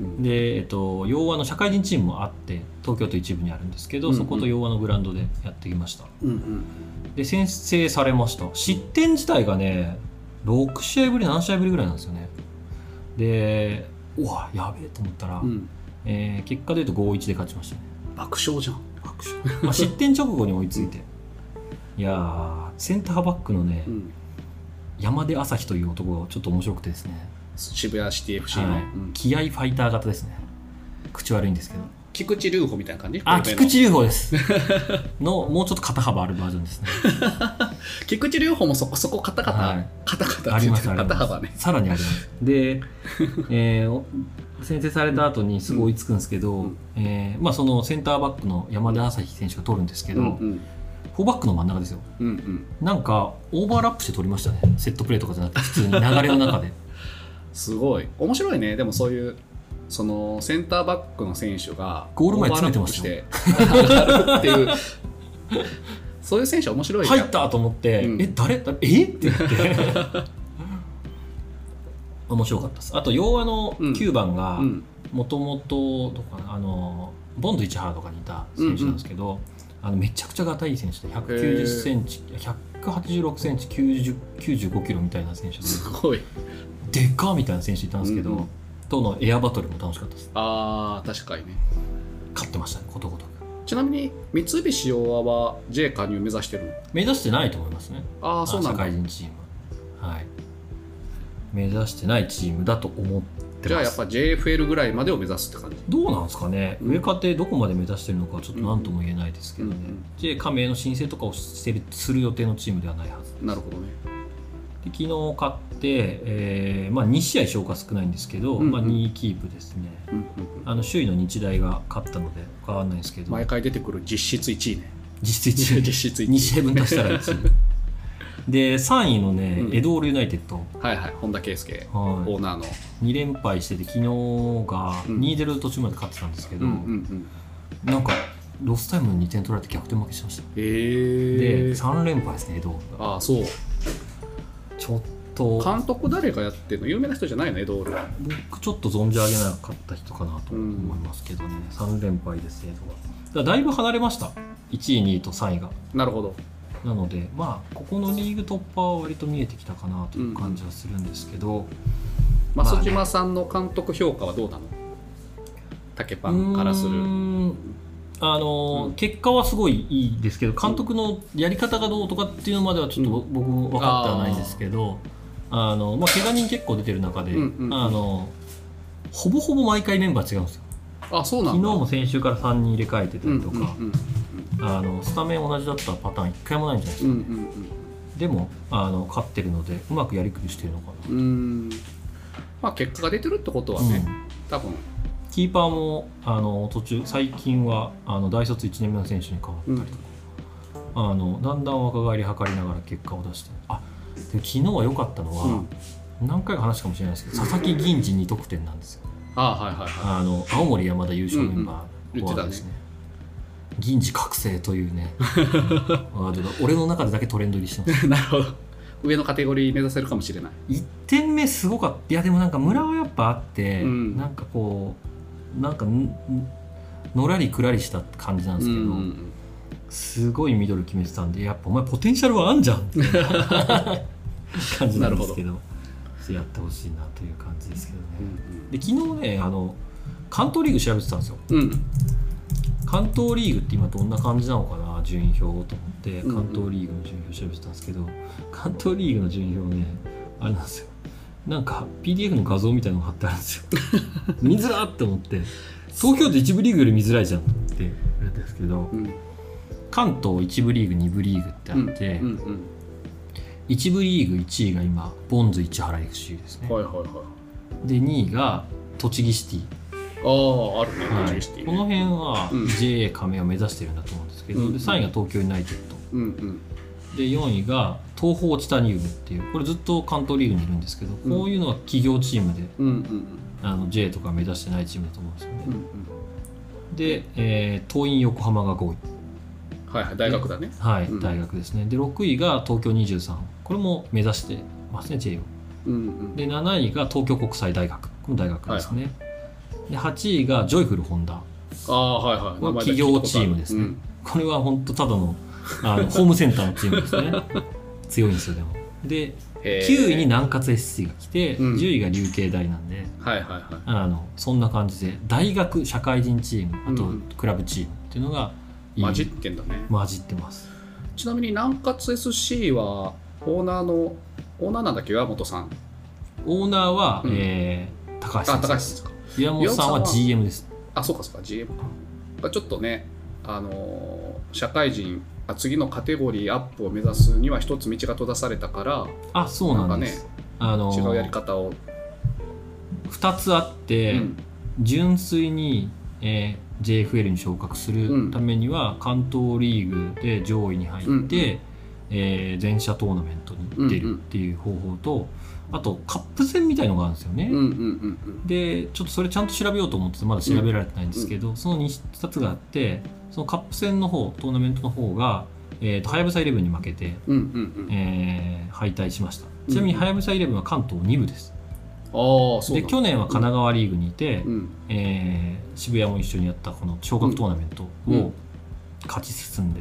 A: うん
B: で、えっと、洋和の社会人チームもあって東京都一部にあるんですけど、
A: うんうん
B: そこと洋和のグラウンドでやってきました
A: うんうん。
B: で先制されました失点自体がね6試合ぶり7試合ぶりぐらいなんですよねでうわやべえと思ったら、
A: うん。
B: えー結果で言うと5-1で勝ちましたね
A: 爆笑じゃん。
B: 拍手、まあ、失点直後に追いついていやーセンターバックのね、
A: うん。
B: 山出朝日という男がちょっと面白くてですね
A: 渋谷シティ FC ね。
B: はい
A: うん
B: 気合ファイター型ですね口悪いんですけど
A: 菊池隆歩みたいな感じ
B: あ
A: 神戸の
B: 菊池隆法です のもうちょっと肩幅あるバージョンですね
A: 菊池隆歩もそこそこカタカタ、
B: はい
A: カタカタ
B: あり
A: つい
B: ま
A: て
B: す
A: る
B: あり
A: 肩
B: ま
A: 幅
B: す
A: ね。
B: さらにありますで、 えーお先制された後にすぐ追いつくんですけど、
A: うん
B: えーまあ、そのセンターバックの山田朝日選手が取るんですけ
A: う
B: ど、
A: んうん。
B: フォーバックの真ん中ですよ
A: うんうん。
B: なんかオーバーラップして取りましたねセットプレーとかじゃなくて普通に流れの中で
A: すごい。面白いね。でもそういう、そのセンターバックの選手が
B: ゴール前詰めてました
A: オーバーラップして上がるって いう、そういう選 手は面白いね
B: 入ったと思って、
A: うん
B: え誰誰えっ て言って 面白かったですあと洋和の9番が、
A: うん。
B: もともとどこかなあのボンド市原とかにいた選手なんですけど、あのめちゃくちゃがたいい選手で1 9 0ンチ186センチ90 95キロみたいな選手
A: す
B: で
A: ごい。
B: でかみたいな選手いたんですけど、
A: うんうん
B: とのエアバトルも楽しかったです
A: あー、確かにね。
B: 勝ってましたねことごとく
A: ちなみに、三菱洋和は J 加入目指してるの
B: 目指してないと思いますね
A: あー、そうなん
B: 社
A: だ
B: 会。人チームはい目指してないチームだと思ってます
A: じゃあやっぱ JFL ぐらいまでを目指すって感じ。
B: どうなんですかね、
A: うん
B: 上課ってどこまで目指してるのかちょっと何とも言えないですけどね、
A: うんうん
B: で加盟の申請とかをしてるする予定のチームではないはずで
A: なるほどね。
B: 昨日勝って、えーまあ、2試合消化少ないんですけど、
A: うんうん
B: まあ、2キープですね
A: うんうんうん
B: あの首位の日大が勝ったので変わらないんですけど
A: 毎回出てくる実質1位ね。
B: 実質1位
A: 実質
B: 2
A: 1
B: 試合分足したら1位で3位のね、
A: うん
B: エドールユナイテッド、
A: 位。はいはい、本田圭佑、
B: は
A: オーナーの。
B: い、2連敗してて昨日が
A: うん
B: 2-0途中まで勝ってたんですけど、
A: うんうんうん。
B: なんかロスタイムに2点取られて逆転負けしました
A: え
B: で
A: ー。
B: 3連敗ですね、エドールが。
A: ああ、そう。
B: ちょっと、
A: 監督誰がやってるの有名な人じゃないのエドールは
B: 僕、ちょっと存じ上げなかった人かなと思いますけどね、3連敗です、エドールは。だからだいぶ離れました、1位、2位と3位が。
A: なるほど
B: なので、まあ、ここのリーグ突破は割と見えてきたかなという感じはするんですけど、まあ
A: 増
B: ね
A: 島さんの監督評価はどうなの竹パ
B: うー
A: ン
B: ん
A: からする
B: あのー
A: うん
B: 結果はすごいいいですけど監督のやり方がどうとかっていうのまではちょっとぼ僕も分かってはないんですけど、あのまあ、怪我人結構出てる中で、
A: うんうん
B: あのほぼほぼ毎回メンバー違うんですよ
A: あそうな
B: 昨日
A: んだ
B: も先週から3人入れ替えてた
A: うん
B: り
A: う
B: と
A: んうん
B: か、あのスタメン同じだったパターン1回もないんじゃないです
A: う
B: か、
A: んうん
B: でもあの勝ってるのでうまくやりくりしてるのかな、
A: うんうんまあ結果が出てるってことはね、
B: うん
A: 多分
B: キーパーもあの途中最近はあの大卒1年目の選手に変わったりとか、あのだんだん若返り図りながら結果を出してあで昨日は良かったのは、何回か話したかもしれないですけど佐々木銀次2得点なんですよ
A: ああはいはいは
B: あの青森山田優勝メンバ
A: うん
B: ー
A: うん
B: ワ
A: 言っ
B: ード
A: てたね
B: ですね,、銀次覚醒とい うねワードが俺の中でだけトレンド入りしてます
A: い なるほど上のカテゴリー目指せるかもしれない
B: 1点目すごかったいやでもなんか村はやっぱあって、
A: うん
B: なんかこうなんかんんのらりくらりした感じなんですけど、
A: うんうん
B: すごいミドル決めてたんでやっぱお前ポテンシャルはあんじゃんっていう 感じなんですけどやってほしいなという感じですけどね、で昨日ねあの関東リーグ調べてたんですよ
A: うんうんうん
B: 関東リーグって今どんな感じなのかな順位表と思って
A: うんうん
B: 関東リーグの順位表調べてたんですけど関東リーグの順位表ねあれなんですよなんか PDF の画像みたいなのが貼ってあるんです よ見づらって思って東京都一部リーグより見づらいじゃんと思ってあれですけど
A: うん
B: 関東一部リーグ二部リーグってあ
A: うん
B: って、
A: うんうん
B: 一部リーグ1位が今ボンズ市原 FC ですね、
A: はいはいはい
B: で2位が栃木シティ
A: あああるね
B: はい
A: 栃木シティ
B: この
A: ね
B: 辺は
A: うん
B: JA 加盟を目指してるんだと思うんですけど、
A: うん
B: で3位が東京ユナイテッド
A: うんうん
B: で4位が東宝チタニウムっていうこれずっと関東リーグにいるんですけど、こういうのは企業チームで
A: うんうん
B: あの JA とか目指してないチームだと思うんですよね
A: うんう、ん
B: で、えー、東院横浜が5位
A: はいはい大学だね
B: はい、
A: うん
B: 大学ですねで6位が東京23これも目指してますね JA を
A: うんうん
B: で7位が東京国際大学この大学ですね、で8位がジョイフルホンダ
A: ああはいはい名
B: これ
A: 前
B: は
A: だけ聞い
B: 企業
A: たこと
B: チ
A: ある
B: ームですね、
A: うん
B: これは本当ただのあのホームセンターのチームで すね強いんですよでもで
A: へー
B: 9位に南葛 SC が来て、
A: うん
B: 10位が琉球大なんで
A: はいはいはい
B: あのそんな感じで大学社会人チームあと
A: うん
B: クラブチームっていうのがいい
A: 混じってんだね
B: 混じってます
A: ちなみに南葛 SC はオーナーのオーナーなんだっけ岩本さん
B: オーナーは、
A: うん
B: えー高
A: あ
B: 橋さん
A: 高橋さんか
B: 岩本さん
A: 岩
B: は
A: 本さんは
B: GM です
A: あそうかそうか GM かちょっとねあのー社会人あ次のカテゴリーアップを目指すには一つ道が閉ざされたから
B: あそうなんです、あの
A: 違うやり方を、
B: 2つあって、
A: うん
B: 純粋に、えー JFL に昇格するためには、関東リーグで上位に入って、
A: うんうん
B: えー全社トーナメントに出るっていう方法と、あとカップ戦みたいのがあるんですよね、
A: うんうんうん
B: でちょっとそれちゃんと調べようと思っててまだ調べられてないんですけど、その 2, つがあってそのカップ戦の方トーナメントの方が、えーとはやぶさイレブンに負けて、
A: うんうんうんうん
B: えー敗退しましたちなみに
A: うん
B: はやぶさイレブンは関東2部です、
A: ああそうな
B: で
A: んだ
B: 去年は神奈川リーグにいて、
A: うん
B: えー渋谷も一緒にやったこの昇格トーナメント
A: う
B: を
A: ん
B: 勝ち進んで、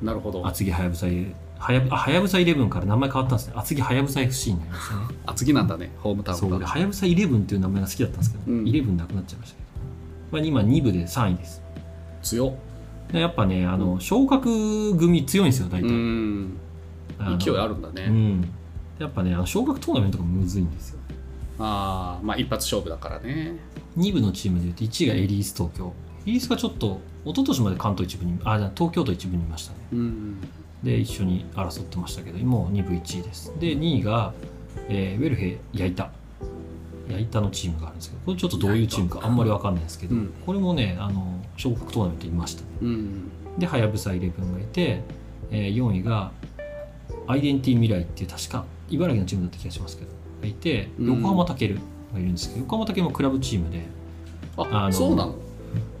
A: なるほど
B: 厚木はやぶさイはやぶあはやぶさイレブンから名前変わったんですね厚木はやぶさ FC になりましたね
A: あ次なんだねホームタウ
B: そう
A: ン
B: 俺
A: が
B: はやぶさイレブンっていう名前が好きだったんですけど、
A: うん
B: イレブンなくなっちゃいましたけど、まあ、今2部で3位です
A: 強っ
B: でやっぱねあの昇格組強いんですよ大
A: う
B: 体、
A: ん
B: あの
A: 勢いあるんだ
B: う
A: ね、
B: んやっぱねあの昇格トーナメントがむずいんですよ
A: ああまあ一発勝負だからね
B: 2部のチームでいうと1位がエリース東京エリースがちょっと一昨年まで関東一部にあじゃあ東京都一部にいましたね
A: うん
B: で一緒に争ってましたけどもう2部1位ですで2位が、えーウェルヘヤイタヤイタのチームがあるんですけどこれちょっとどういうチームかあんまりわかんないですけど、
A: うん
B: これもねあの昇格トーナメントいましたね
A: うん
B: ではやぶさイレブンがいて、えー4位がアイデンティ未来っていう確か茨城のチームだった気がしますけどがいて
A: うん
B: 横浜たけるがいるんですけど横浜たけるもクラブチームであ
A: あ
B: の
A: そうなの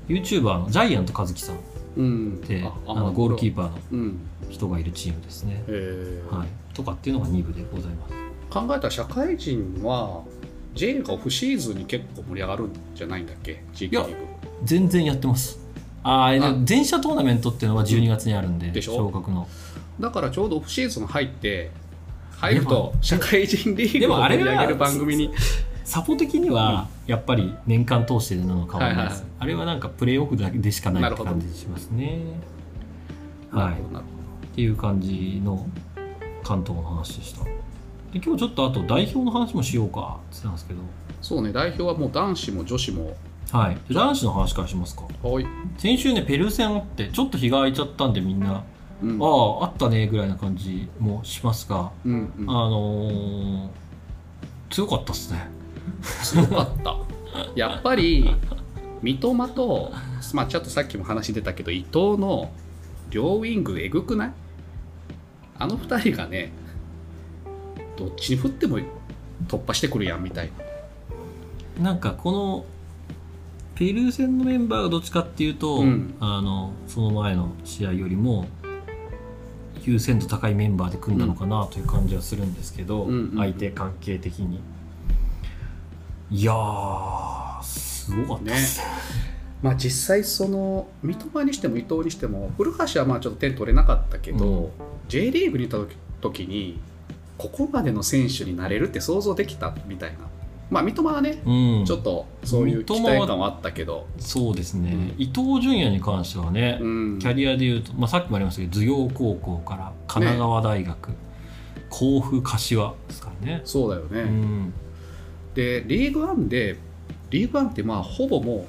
B: YouTuber のジャイアント和樹さんっ
A: うん
B: てあのゴールキ
A: パ
B: ーパーの
A: ー、うん
B: 人がいるチームですね、
A: へー
B: はい、とかっていうのが2部でございます
A: 考えたら社会人は J リーグはオフシーズンに結構盛り上がるんじゃないんだっけ地域リーグ
B: 全然やってますああ
A: あ
B: 全社トーナメントっていうのは12月にあるんで
A: でしょ
B: 昇格の
A: だからちょうどオフシーズン入って入ると社会人リー
B: で
A: グを
B: もあれ
A: 盛
B: は
A: り上げる番組に
B: サポ的にはやっぱり年間通してなのかもないです、
A: はいはいはい
B: あれはなんかプレーオフだけでしかな
A: ないる
B: って
A: ほど
B: 感じしますねはい
A: なるほどなる
B: っていう感じの関東の話でしたで今日ちょっとあと代表の話もしようかって言ってたんですけど
A: ほどそうね代表はもう男子も女子も
B: はいじゃあ男子の話からしますか
A: はい、
B: 先週ねペルー戦あってちょっと日が空いちゃったんでみんな、
A: うん
B: あああったねぐらいな感じもしますが
A: うんうん
B: あのー強かったっすね。
A: 強かったやっぱり三笘と、まあ、ちょっとさっきも話出たけど伊藤の両ウィングえぐくないあの2人がねどっちに振っても突破してくるやんみたいな
B: なんかこのペルー戦のメンバーがどっちかっていうと、
A: うん
B: あのその前の試合よりも優先度高いメンバーで組んだのかなという感じはするんですけど、
A: うんうんうん
B: 相手関係的にいやーすごかったっすね
A: まあ実際その三笘にしても伊藤にしても古橋はまあちょっと点取れなかったけど、
B: うん
A: J リーグにいた時時にここまでの選手になれるって想像できたみたいなまあ三笘はね
B: うん
A: ちょっとそういう期待感はあったけど、
B: そうですね、
A: うん
B: 伊東純也に関してはね、
A: うん
B: キャリアでいうと、まあ、さっきもありましたけど頭陽高校から神奈川大学、甲府柏ですからね、
A: そうだよね、
B: うん、
A: でリーグワンでリーグワンってまあほぼも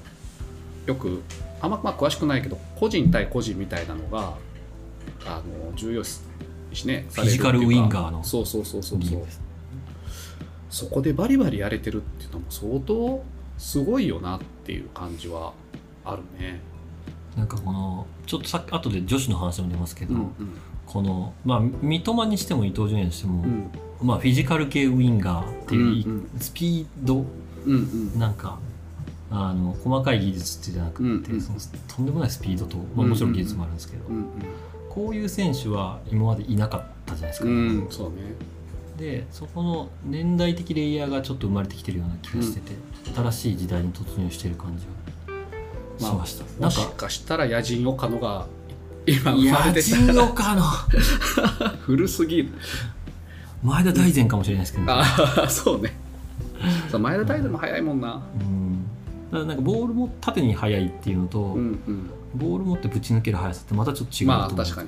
A: うよくあんままあ詳しくないけど個人対個人みたいなのがあの重要視しね
B: フィジカルウィンガーの
A: そうそうそうそう
B: リ
A: そ
B: ー
A: う
B: グです
A: そこでバリバリやれてるっていうのも相当すごいよなっていう感じはあるね
B: なんかこのちょっとさっき後で女子の話も出ますけど、
A: うん
B: この、まあ、三笘にしても伊東純也にしても、
A: うんうん
B: まあ、フィジカル系ウィンガーっていう、
A: うん
B: スピード
A: うんうん
B: なんかあの細かい技術ってじゃなくて、
A: うんうん
B: そのとんでもないスピードと、まあ、もちろん技術もあるんですけど、
A: うん
B: こういう選手は今までいなかったじゃないです
A: う
B: か、
A: んうんそうね
B: でそこの年代的レイヤーがちょっと生まれてきてるような気がしてて、新しい時代に突入してる感じがしました、
A: も
B: なん
A: し
B: か
A: かしたら野人岡野が今生
B: いや
A: まれて
B: 人
A: たら
B: 岡の
A: 古すぎる
B: 前田大然かもしれないですけど、ね
A: ああ そうねそう前田大然も早いもんな
B: うん、だからなんかボールも縦に速いっていうのと、
A: うんうん
B: ボール持ってぶち抜ける速さってまたちょっと違うと思うんですよね。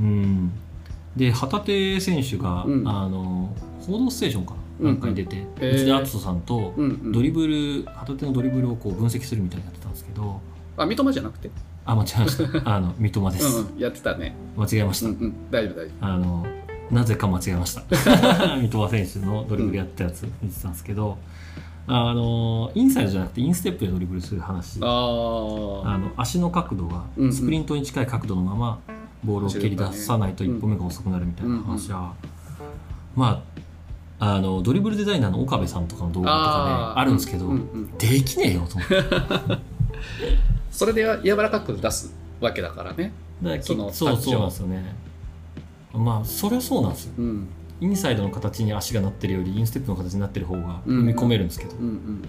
B: うん、で旗手選手が、
A: うん
B: あの「報道ステーション」か
A: うん
B: な
A: うん
B: なんかに出て、
A: へー
B: 内田篤人さんと
A: うんうん
B: ドリブル旗手のドリブルをこう分析するみたいになってたんですけど
A: あ三笘じゃなくて
B: あ間違えました あの三笘で
A: うん
B: す、
A: うんやってたね
B: 間違えまし
A: う
B: た、
A: んうん大丈夫大丈
B: あのなぜか間違え ました三笘選手のドリブルやったやつ見てたんですけど、あのインサイドじゃなくてインステップでドリブルする話
A: 夫ああ
B: あの足の角度が
A: うんうん
B: スプリントに近い角度のままボールを蹴り出さないと一歩目が遅くなるみたいな話は、まああのドリブルデザイナーの岡部さんとかの動画とか
A: あ
B: であるんですけど、
A: うんうん
B: できねえよと思ってだか
A: それで柔らかく出すわけだからね
B: らき
A: その
B: そう
A: タッチを
B: そうなんですよねまあそりゃそうなんですよ
A: うん
B: インサイドの形に足がなってるよりインステップの形になってる方が
A: うん
B: 踏み込めるんですけど、
A: うんうんうん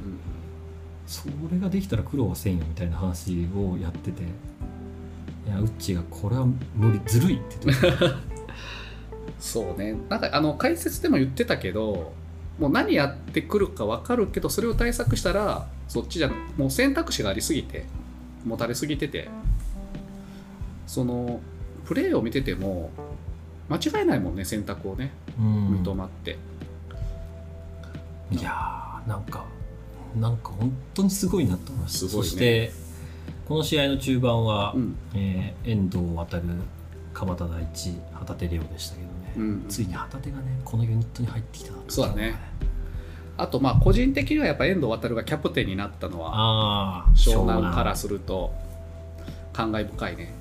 B: それができたら苦労はせんよみたいな話をやってていやうっちがこれは無理ずるいって 言ってました
A: そうねなんかあの解説でも言ってたけどもう何やってくるか分かるけどそれを対策したらそっちじゃもう選択肢がありすぎて持たれすぎててそのプレーを見てても間違えないもんね選択をね
B: うん
A: 三笘って、
B: いやーなんかなんか本当にすごいなと思いました、
A: すごいね
B: そしてこの試合の中盤は、
A: うん
B: えー遠藤航鎌田大地旗手レオでしたけどね、
A: うん
B: ついに旗手がねこのユニットに入ってきたなと
A: そうだねあとまあ個人的にはやっぱ遠藤航がキャプテンになったのは
B: ああ
A: 湘南からすると感慨深いね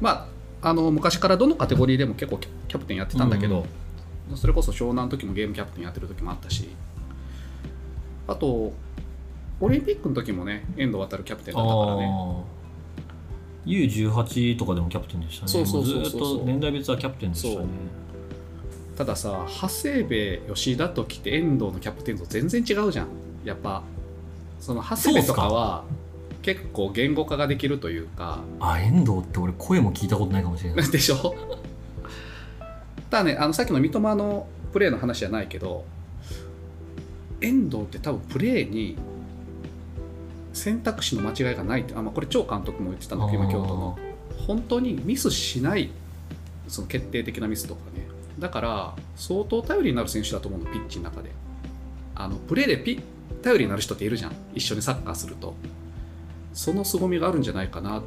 A: まああの昔からどのカテゴリーでも結構キャキャプテンやってたんだけど、それこそ湘南の時もゲームキャプテンやってる時もあったしあとオリンピックの時もね遠藤航キャプテンだったからね
B: ああ U18 とかでもキャプテンでしたね
A: そうそうそうそう
B: もずーっと年代別はキャプテンでしたね
A: たださ長谷部吉田と来て遠藤のキャプテンと全然違うじゃんやっぱその長谷部とかは結構言語化ができるというか
B: あ遠藤って俺声も聞いたことないかもしれな い
A: でしょただねあのさっきの三笘のプレーの話じゃないけど遠藤って多分プレーに選択肢の間違いがないってあ、まあ、これ張監督も言ってたの今京都の本当にミスしないその決定的なミスとかねだから相当頼りになる選手だと思うのピッチの中であのプレーでピ頼りになる人っているじゃん一緒にサッカーするとその凄みがあるんじゃないかなっ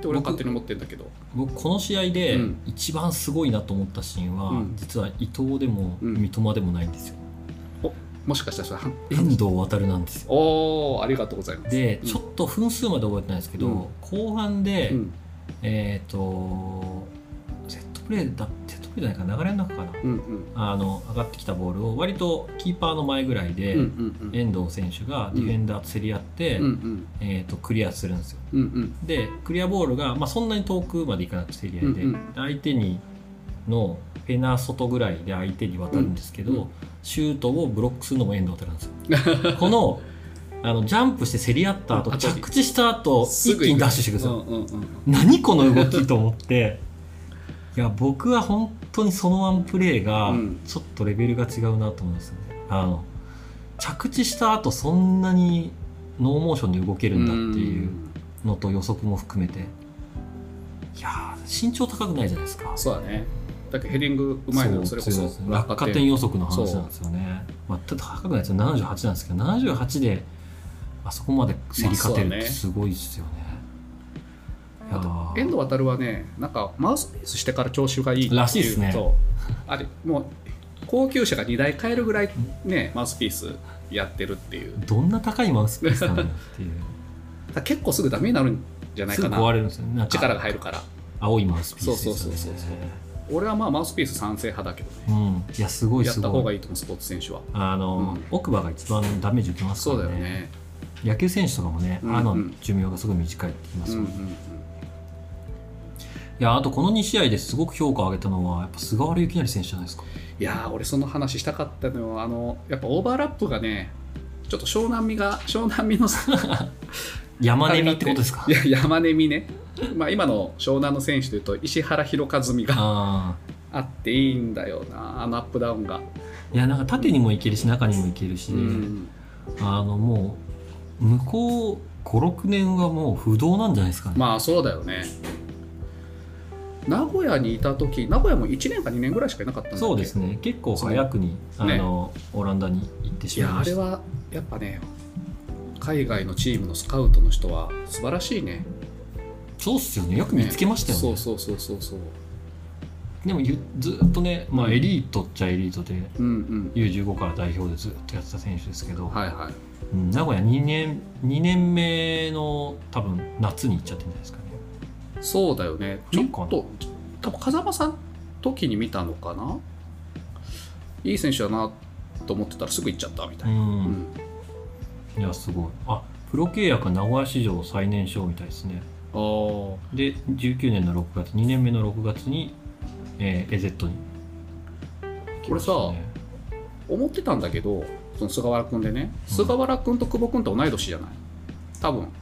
A: て俺は勝手に思ってるんだけど
B: 僕この試合で
A: うん
B: 一番すごいなと思ったシーンは、
A: うん
B: 実は伊藤でも
A: うん
B: 三笘でもないんですよ、
A: もしかしたらそれ
B: 遠藤航なんですよ
A: おおありがとうございます
B: で、
A: うん
B: ちょっと分数まで覚えてないですけど、
A: うん
B: 後半で、
A: うん
B: えっ、とセットプレーだセットプレーじゃないか流れの中かな
A: うんうん
B: あの上がってきたボールを割とキーパーの前ぐらいで、
A: うんうんうん
B: 遠藤選手がディフェンダーと競り合って、
A: うんうん
B: えー、とクリアするんですよ
A: うんうん
B: でクリアボールが、まあ、そんなに遠くまでいかなくて競り合いで、
A: うんう
B: 相手にのフェナ外ぐらいで相手に渡るんですけど、
A: うんうん
B: シュートをブロックするのも遠藤なんですよ このあのジャンプして競り合った後
A: うん
B: 着地した後
A: す
B: 一
A: ぐ行く
B: 気にダッシュしてくるんです
A: う
B: よ、
A: んうんうん
B: 何この動きと思っていや僕は本当にそのワンプレーが
A: うん
B: ちょっとレベルが違うなと思いますね、あの着地した後そんなにノーモーションで動けるんだっていうのと予測も含めていやー身長高くないじゃないですか
A: そうだねだけどヘディングうまいのよそれこ
B: 強
A: そ
B: いですね落下点予測の話
A: そう
B: なんですよね、まあ、ただ高くないですよ78なんですけど78であそこまで競り勝てるってすごいですよね,、いや
A: あ
B: ー、
A: と遠藤航はねなんかマウスピースしてから調子がいいっていう
B: らしいっすね
A: そうあれもう高級車が2台買えるぐらいねマウスピースやってるっていうだか
B: どんな高いマウスピースなのっていう
A: ら結構すぐダメになるんじゃない
B: す
A: か
B: ぐ壊
A: な
B: れるんですよねなんか
A: 力が入るから
B: 青いマウスピースですよね
A: そうそうそう俺はまあマウスピース賛成派だけどね
B: うんいやすごい
A: やっ
B: す
A: た方
B: ご
A: が
B: い
A: いいと思うスポーツ選手は
B: あの、
A: うん
B: 奥歯が一番ダメージ受けますか
A: そう
B: ら
A: だよ
B: ね
A: ね
B: 野球選手とかもね、
A: うんうん
B: あの寿命がすごい短いって言います
A: うん
B: も
A: うんんう
B: ね
A: ん
B: いやあとこの2試合ですごく評価を上げたのはやっぱ菅原由紀成選手じゃないですか
A: いやー俺その話したかったのよあのやっぱオーバーラップがねちょっと湘南美が 湘南美の
B: 山根美ってことですか
A: いや山根美ね、まあ、今の湘南の選手というと石原宏和美が
B: あ
A: あっていいんだよなあのアップダウンが、
B: ーいやなんか縦にもいけるし中にもいけるし、
A: うん
B: あのもう向こう56年はもう不動なんじゃないですかね、
A: まあそうだよね名古屋にいた時名古屋も1年か2年ぐらいしかいなかったんだっけ
B: そうですね結構早くにあ
A: ね
B: の、オランダに行って
A: い
B: しまい
A: やあ
B: ま
A: れ
B: した
A: はやっぱね海外のチームのスカウトの人は素晴らしいね
B: そうっすよねよく見つけましたよね
A: そうそうそうそうそう
B: でもゆずっとね、まあ、エリートっちゃエリートで
A: うんうん
B: U15 から代表でずっとやってた選手ですけど、
A: はいはい
B: うん名古屋2年 ,2 年目の多分夏に行っちゃってるんじゃないですかね
A: そうだよね。ちょ
B: 冬
A: っ
B: かな
A: と、多分風間さんの時に見たのかな。いい選手だなと思ってたらすぐ行っちゃったみた
B: う
A: いな。うんん、
B: いやすごいあプロ契約は名古屋史上最年少みたいですね
A: あー
B: で19年の6月2年目の6月に、えー、EZ に
A: これさ
B: 行きましたね
A: 思ってたんだけど、その菅原君でね、
B: うん
A: 菅原君と久保君って同い年じゃない多分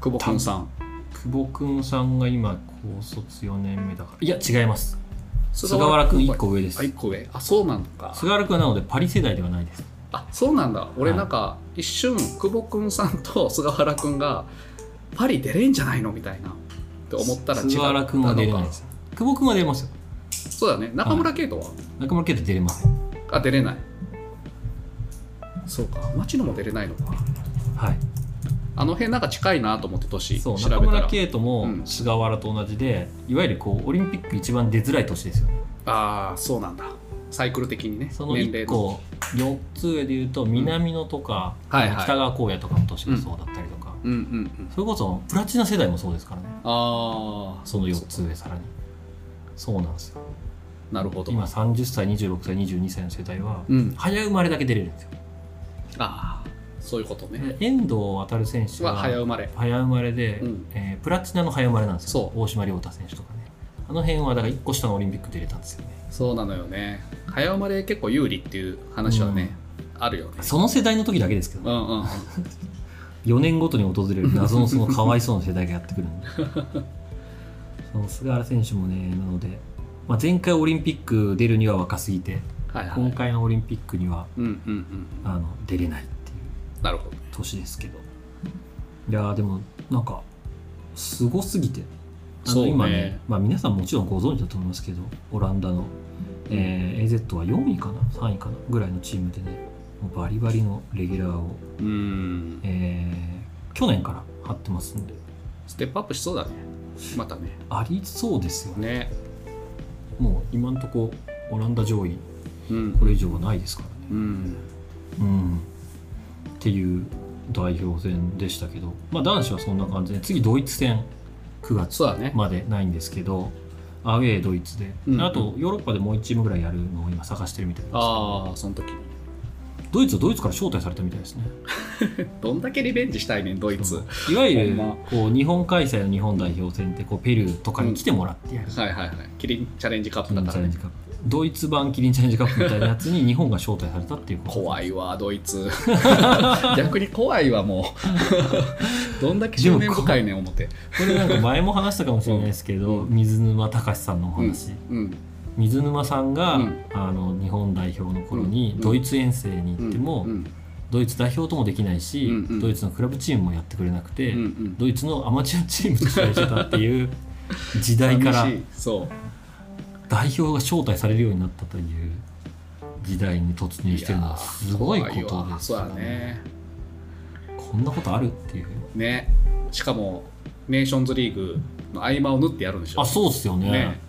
A: 久保君さん。
B: 久保君さんが今高卒4年目だからいや違います菅
A: く
B: 原
A: ん
B: 君1個上です
A: あ、一個上。あ、そうなのか。
B: 菅原君はなのでパリ世代ではないです
A: あ、そうなんだ。俺なんか、一瞬、久保君さんと菅原君が、パリ出れんじゃないのみたいな。って思ったら違う。
B: 菅原君は出れないです久保君は出れますよ
A: そうだね中村敬斗は、
B: 中村圭太出れません
A: あ出れないそうか町野も出れないのか
B: はい
A: あの辺なんか近いなと思って年調
B: そう
A: べ
B: 中
A: た
B: 村
A: ら
B: 圭斗も
A: うん
B: 菅原と同じで、いわゆるこうオリンピック一番出づらい年ですよね
A: ああそうなんだサイクル的にね
B: その
A: 年齢
B: 1
A: の
B: 個4つ上でいうと南野とか、
A: はいはい
B: 北川荒野とかの年がそうだったりとか、
A: うんうんうん
B: それこそプラチナ世代もそうですからね
A: ああ
B: その4つ上さらにそうなんですよ
A: なるほど
B: 今30歳26歳22歳の世代は、
A: うん
B: 早生まれだけ出れるんですよ
A: ああそういうことね
B: で遠藤航選手
A: は
B: は
A: 早生まれ
B: 早生まれで、
A: うん
B: えープラチナの早生まれなんですよ
A: そ
B: 大島亮太選手とかねあの辺はだから1個下のオリンピック出れたんですよね
A: そうなのよね早生まれ結構有利っていう話はね、あるよね
B: その世代の時だけですけど
A: う
B: ね、
A: んうんうん
B: 4年ごとに訪れる謎のそのかわいそうな世代がやってくるん でその菅原選手もねなので、まあ、前回オリンピック出るには若すぎて
A: はいはい
B: 今回のオリンピックには
A: うんうんうん
B: あの出れないっていう
A: なるほど
B: 年ですけどいやーでもなんかすごすぎてあの
A: そうね
B: 今ね、まあ、皆さんもちろんご存知だと思いますけどオランダの、えー AZ は4位かな3位かなぐらいのチームでねもうバリバリのレギュラーを、
A: うん
B: えー去年から張ってますんで
A: ステップアップしそうだねまたね
B: ありそうですよね
A: ね
B: もう今んとこオランダ上位
A: うん
B: これ以上はないですから
A: う
B: ね、
A: ん
B: うん、っていう代表戦でしたけど、まあ、男子はそんな感じで次ドイツ戦9月
A: そうだね。
B: までないんですけどアウェードイツで、
A: うん
B: あとヨーロッパでもう1チームぐらいやるのを今探してるみたいなんですけど
A: ああ、その時に。
B: ドイツはドイツから招待されたみたいですね
A: どんだけリベンジしたいねん、ドイツ。はい
B: わゆる
A: ほんま
B: こう日本開催の日本代表戦ってこうペルーとかに来てもらってやる、
A: いはいはい。キリンチャレンジカップ
B: キリ
A: だ
B: ン
A: か
B: チ
A: ら
B: ャレン
A: ね
B: ジ。カップドイツ版キリンチャレンジカップみたいなやつに日本が招待されたっていうこと
A: 怖いわ、ドイツ。 逆に怖いわ、も う。どんだけ執念深いねん、思って。
B: これなんか前も話したかもしれないですけど、
A: う
B: 水沼隆さんのお話、
A: うん。
B: 水沼さんが、
A: うん
B: あの日本代表の頃に
A: うん
B: ドイツ遠征に
A: う
B: 行
A: ん
B: っても、
A: うん
B: ドイツ代表ともできないし、
A: うんうん
B: ドイツのクラブチームもやってくれなくて、
A: うんうん。
B: ドイツのアマチュアチームと試合してたっていう時代から
A: 寂しいそう。
B: 代表が招待されるようになったという時代に突入してるのはすごいこ
A: やー
B: と
A: 怖わ
B: です
A: そう
B: よ
A: だね
B: こんなことあるっていう
A: ねしかもネーションズリーグの合間を縫ってやるんでしょ
B: あそうっすよね
A: ね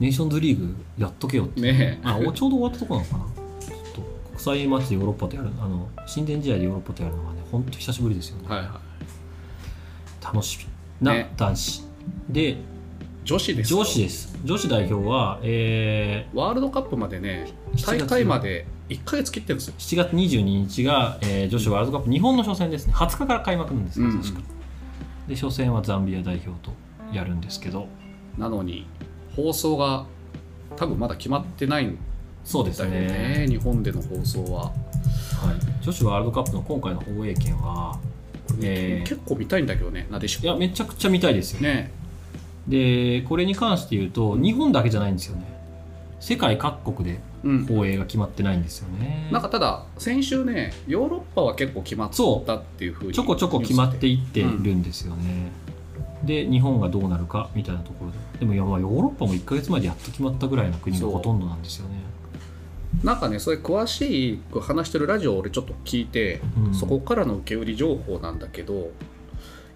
B: ネーションズリーグやっとけよって、
A: ね
B: あおちょうど終わったとこなのかなちょっと国際マッチでヨーロッパとやるあの神殿試合でヨーロッパとやるのはね本当久しぶりですよね、
A: はいは
B: 楽しみな
A: ね
B: 男子、で
A: い女子ですよ
B: 女子です女子代表は、え
A: ワールドカップまでね
B: ー、7
A: 大
B: 月
A: 会まで1ヶ月切ってるんですよ
B: 7月22日が、えー女子ワールドカップ日本の初戦ですね20日から開幕なんですよ
A: うんうん
B: 確か、で初戦はザンビア代表とやるんですけど
A: なのに放送が多分まだ決まってないん
B: そうです
A: だ
B: ね
A: よね日本での放送は、
B: はい、女子ワールドカップの今回の放映権は、えー
A: 結構見たいんだけどねなでし
B: いや
A: こ
B: めちゃくちゃ見たいですよ、
A: ね
B: でこれに関して言うと日本だけじゃないんですよね世界各国で
A: うん
B: 放映が決まってないんですよね
A: なんかただ先週ねヨーロッパは結構決まったっていうふうに
B: ちょこちょこ決まっていってるんですよね、で日本がどうなるかみたいなところででもいやまあヨーロッパも1ヶ月前でやっと決まったぐらいの国が
A: そう
B: ほとんどなんですよね
A: なんかねそれ詳しく話してるラジオを俺ちょっと聞いて、
B: うん
A: そこからの受け売り情報なんだけど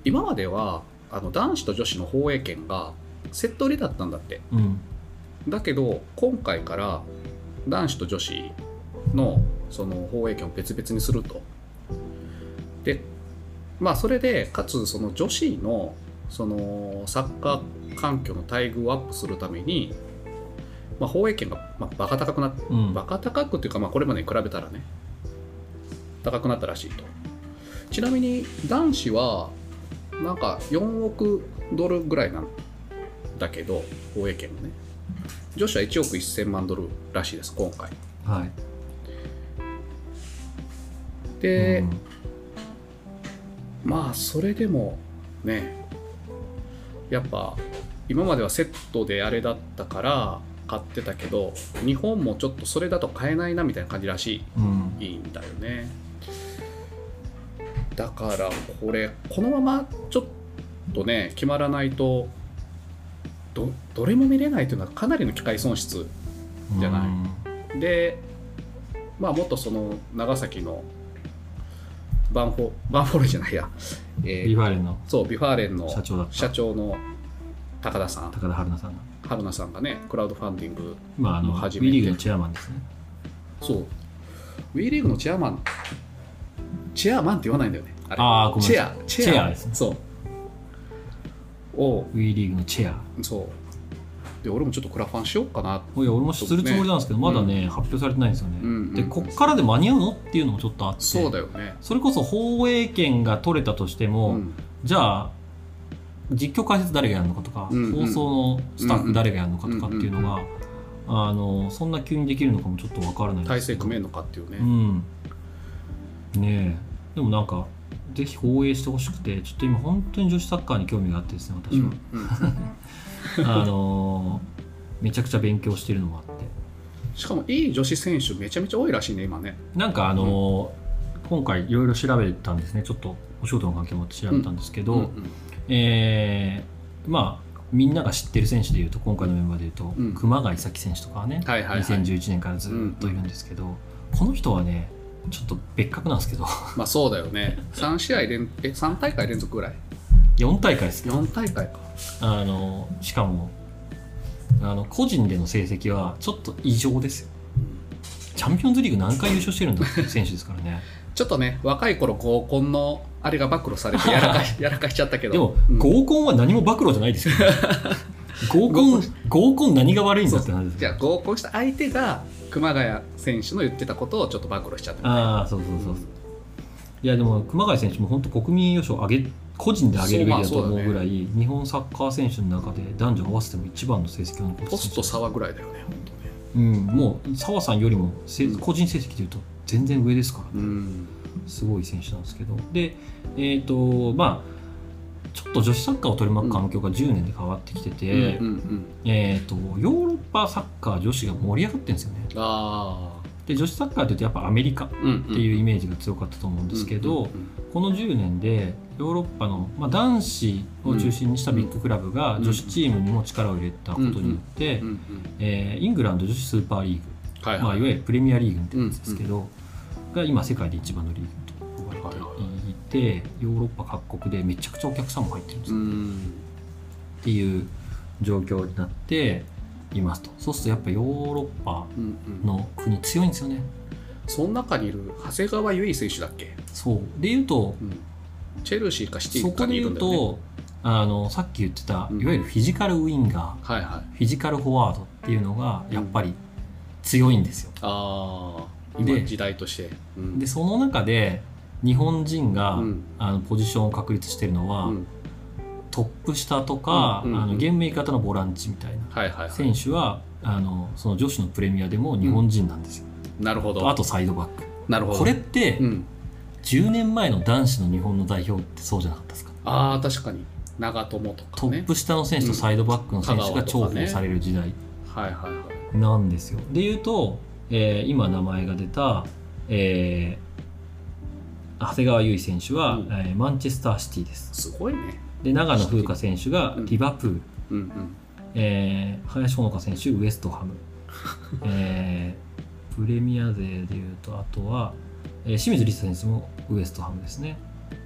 A: 今まではあの男子と女子の放映権がセット売りだったんだって
B: うん
A: だけど今回から男子と女子のその放映権を別々にするとでまあそれでかつその女子のそのサッカー環境の待遇をアップするために、まあ、放映権が、まあ、バカ高くなっ
B: うん
A: バカ高くっていうか、まあ、これまでに比べたらね高くなったらしいとちなみに男子はなんか4億ドルぐらいなんだけど放映権がね女子は1億1000万ドルらしいです今回
B: はい、
A: で、
B: うん
A: まあそれでもねやっぱ今まではセットであれだったから買ってたけど日本もちょっとそれだと買えないなみたいな感じらしい
B: うん
A: いいんだよねだからこれこのままちょっとね決まらないとどどれも見れないというのはかなりの機会損失じゃないでまあもっとその長崎のバンフォバンフォーレじゃないや、え
B: う
A: ー
B: んリファレンの
A: そうビファーレンの
B: 社長だった
A: 社長の高田さん
B: 高田春菜さんが
A: 春菜さんがねクラウドファンディング
B: 今あの
A: もう
B: WE
A: 初めて
B: リーグのチェアマンですね
A: そう。ウィーリーグのチェアマン、チェアマンって言わないんだよね。あれ
B: あーごめんなさ
A: チ
B: い
A: ェア、チェア
B: チェアですね
A: そう。を、
B: WE リーグのチェア
A: そう。で、俺もちょっとクラファンしようかな。
B: いや俺もするつもりなんですけど
A: ね
B: まだね、発表されてないんですよね、
A: うんうん
B: でこっからで間に合うのっていうのもちょっとあって
A: そうだよね。
B: それこそ放映権が取れたとして
A: う
B: も、
A: ん。
B: じゃあ実況解説誰がやるのかとか、
A: うんうん
B: 放送のスタッフ誰がやるのかとかっていうのが、
A: うん
B: あのそんな急にできるのかもちょっと分からない
A: 体制組め
B: ん
A: んのかっていうね。
B: うんねえでもなんかぜひ放映してほしくてちょっと今本当に女子サッカーに興味があってですね
A: う
B: 私は、
A: ん。うん
B: あのめちゃくちゃ勉強してるのもあって
A: しかも、いい女子選手めちゃめちゃ多いらしいね、今ね。
B: なんかあの、今回いろいろ調べたんですねちょっとお仕事の関係もあって調べたんですけど、
A: うんうん
B: えーまあみんなが知ってる選手でいうと今回のメンバーでいうと、
A: うん
B: 熊谷咲希選手とかはね、
A: はいはいはい。
B: 2011年からずっといるんですけど、この人はねちょっと別格なんですけど
A: まあそうだよね。3試合連、え、三大会連続ぐらい
B: 4大会ですね
A: ?4 大会か。
B: あのしかもあの個人での成績はちょっと異常ですよチャンピオンズリーグ何回優勝してるんだっていう選手ですからね
A: ちょっとね、若い頃合コンのあれが暴露されて やらかしやらかしちゃったけど、
B: でも、
A: うん
B: 合コンは何も暴露じゃないで すよ、ね、合コン合コン何が悪いんだって話です
A: じ
B: よ
A: ゃあ合コンした相手が熊谷選手の言ってたことをちょっと暴露しちゃった
B: ああそうそうそうそういやでも熊谷選手も本当国民栄誉賞上げ個人で上げるべきだと思うぐらい、日本サッカー選手の中で男女合わせても一番の成績を残
A: ポス
B: す選
A: ト
B: 手
A: 沢ぐらいだよね、本当ね。
B: うん、もう澤さんよりもせ
A: うん
B: 個人成績でいうと全然上ですから、ね
A: ん、
B: すごい選手なんですけどでえっ、とまあちょっと女子サッカーを取り巻く環境が10年で変わってきてて、
A: うんうんうん、
B: えー、とヨーロッパサッカー女子が盛り上がってるんですよね
A: ああ、
B: で女子サッカーというとやっぱアメリカっ
A: うん
B: ていうイメージが強かったと思うんですけど、この10年でヨーロッパの、まあ、男子を中心にしたビッグクラブが
A: うん
B: 女子チームにも力を入れたことによって、
A: うんうん
B: えーイングランド女子スーパーリーグ、
A: はい
B: ま
A: は
B: あ、
A: い
B: いわゆるプレミアリーグみたいなやつですけど、が今世界で一番のリーグと呼ばれ
A: はいは
B: ていてヨーロッパ各国でめちゃくちゃお客さんも入ってるんです
A: う
B: よ
A: ん
B: っていう状況になっていますとそうするとやっぱヨーロッパ
A: うんうん
B: の国強いんですよね
A: その中にいる長谷川唯選手だっけ、
B: そうで言うと
A: うん、チェルシーかシテ
B: そ
A: ィ
B: こ
A: か
B: で
A: にい
B: 言
A: る
B: うん
A: だよね
B: とあのさっき言ってた
A: うん
B: いわゆるフィジカルウィンガー
A: はいはい
B: フィジカルフォワードっていうのがやっぱり強いんですよ
A: ああ
B: で
A: 今時代としてうん
B: でその中で日本人が、
A: うん
B: あのポジションを確立してるのは、
A: うん
B: トップ下とか、
A: うんうんうん
B: あのゲームメーカー型のボランチみたいな
A: はいはいは
B: 選手はあのその女子のプレミアでも日本人なんですよ、
A: いなるほど
B: あとサイドバック
A: なるほど
B: これって
A: うん、
B: 10年前の男子の日本の代表ってそうじゃなかったですか
A: ああ確かに長友とか
B: ト
A: ね
B: ップ下の選手とサイドバックの選手が重宝される時代
A: はいはいはい
B: なんですよ。で言うと、えー今名前が出た、えー長谷川唯選手は、
A: うん
B: えーマンチェスターシティです。
A: すごいね
B: で長野風花選手が
A: うん
B: リバプール、
A: うんうん
B: えー林穂乃香選手ウエスト ハム、えープレミア勢で言うとあとは、えー清水梨紗選手もウエストハムですね。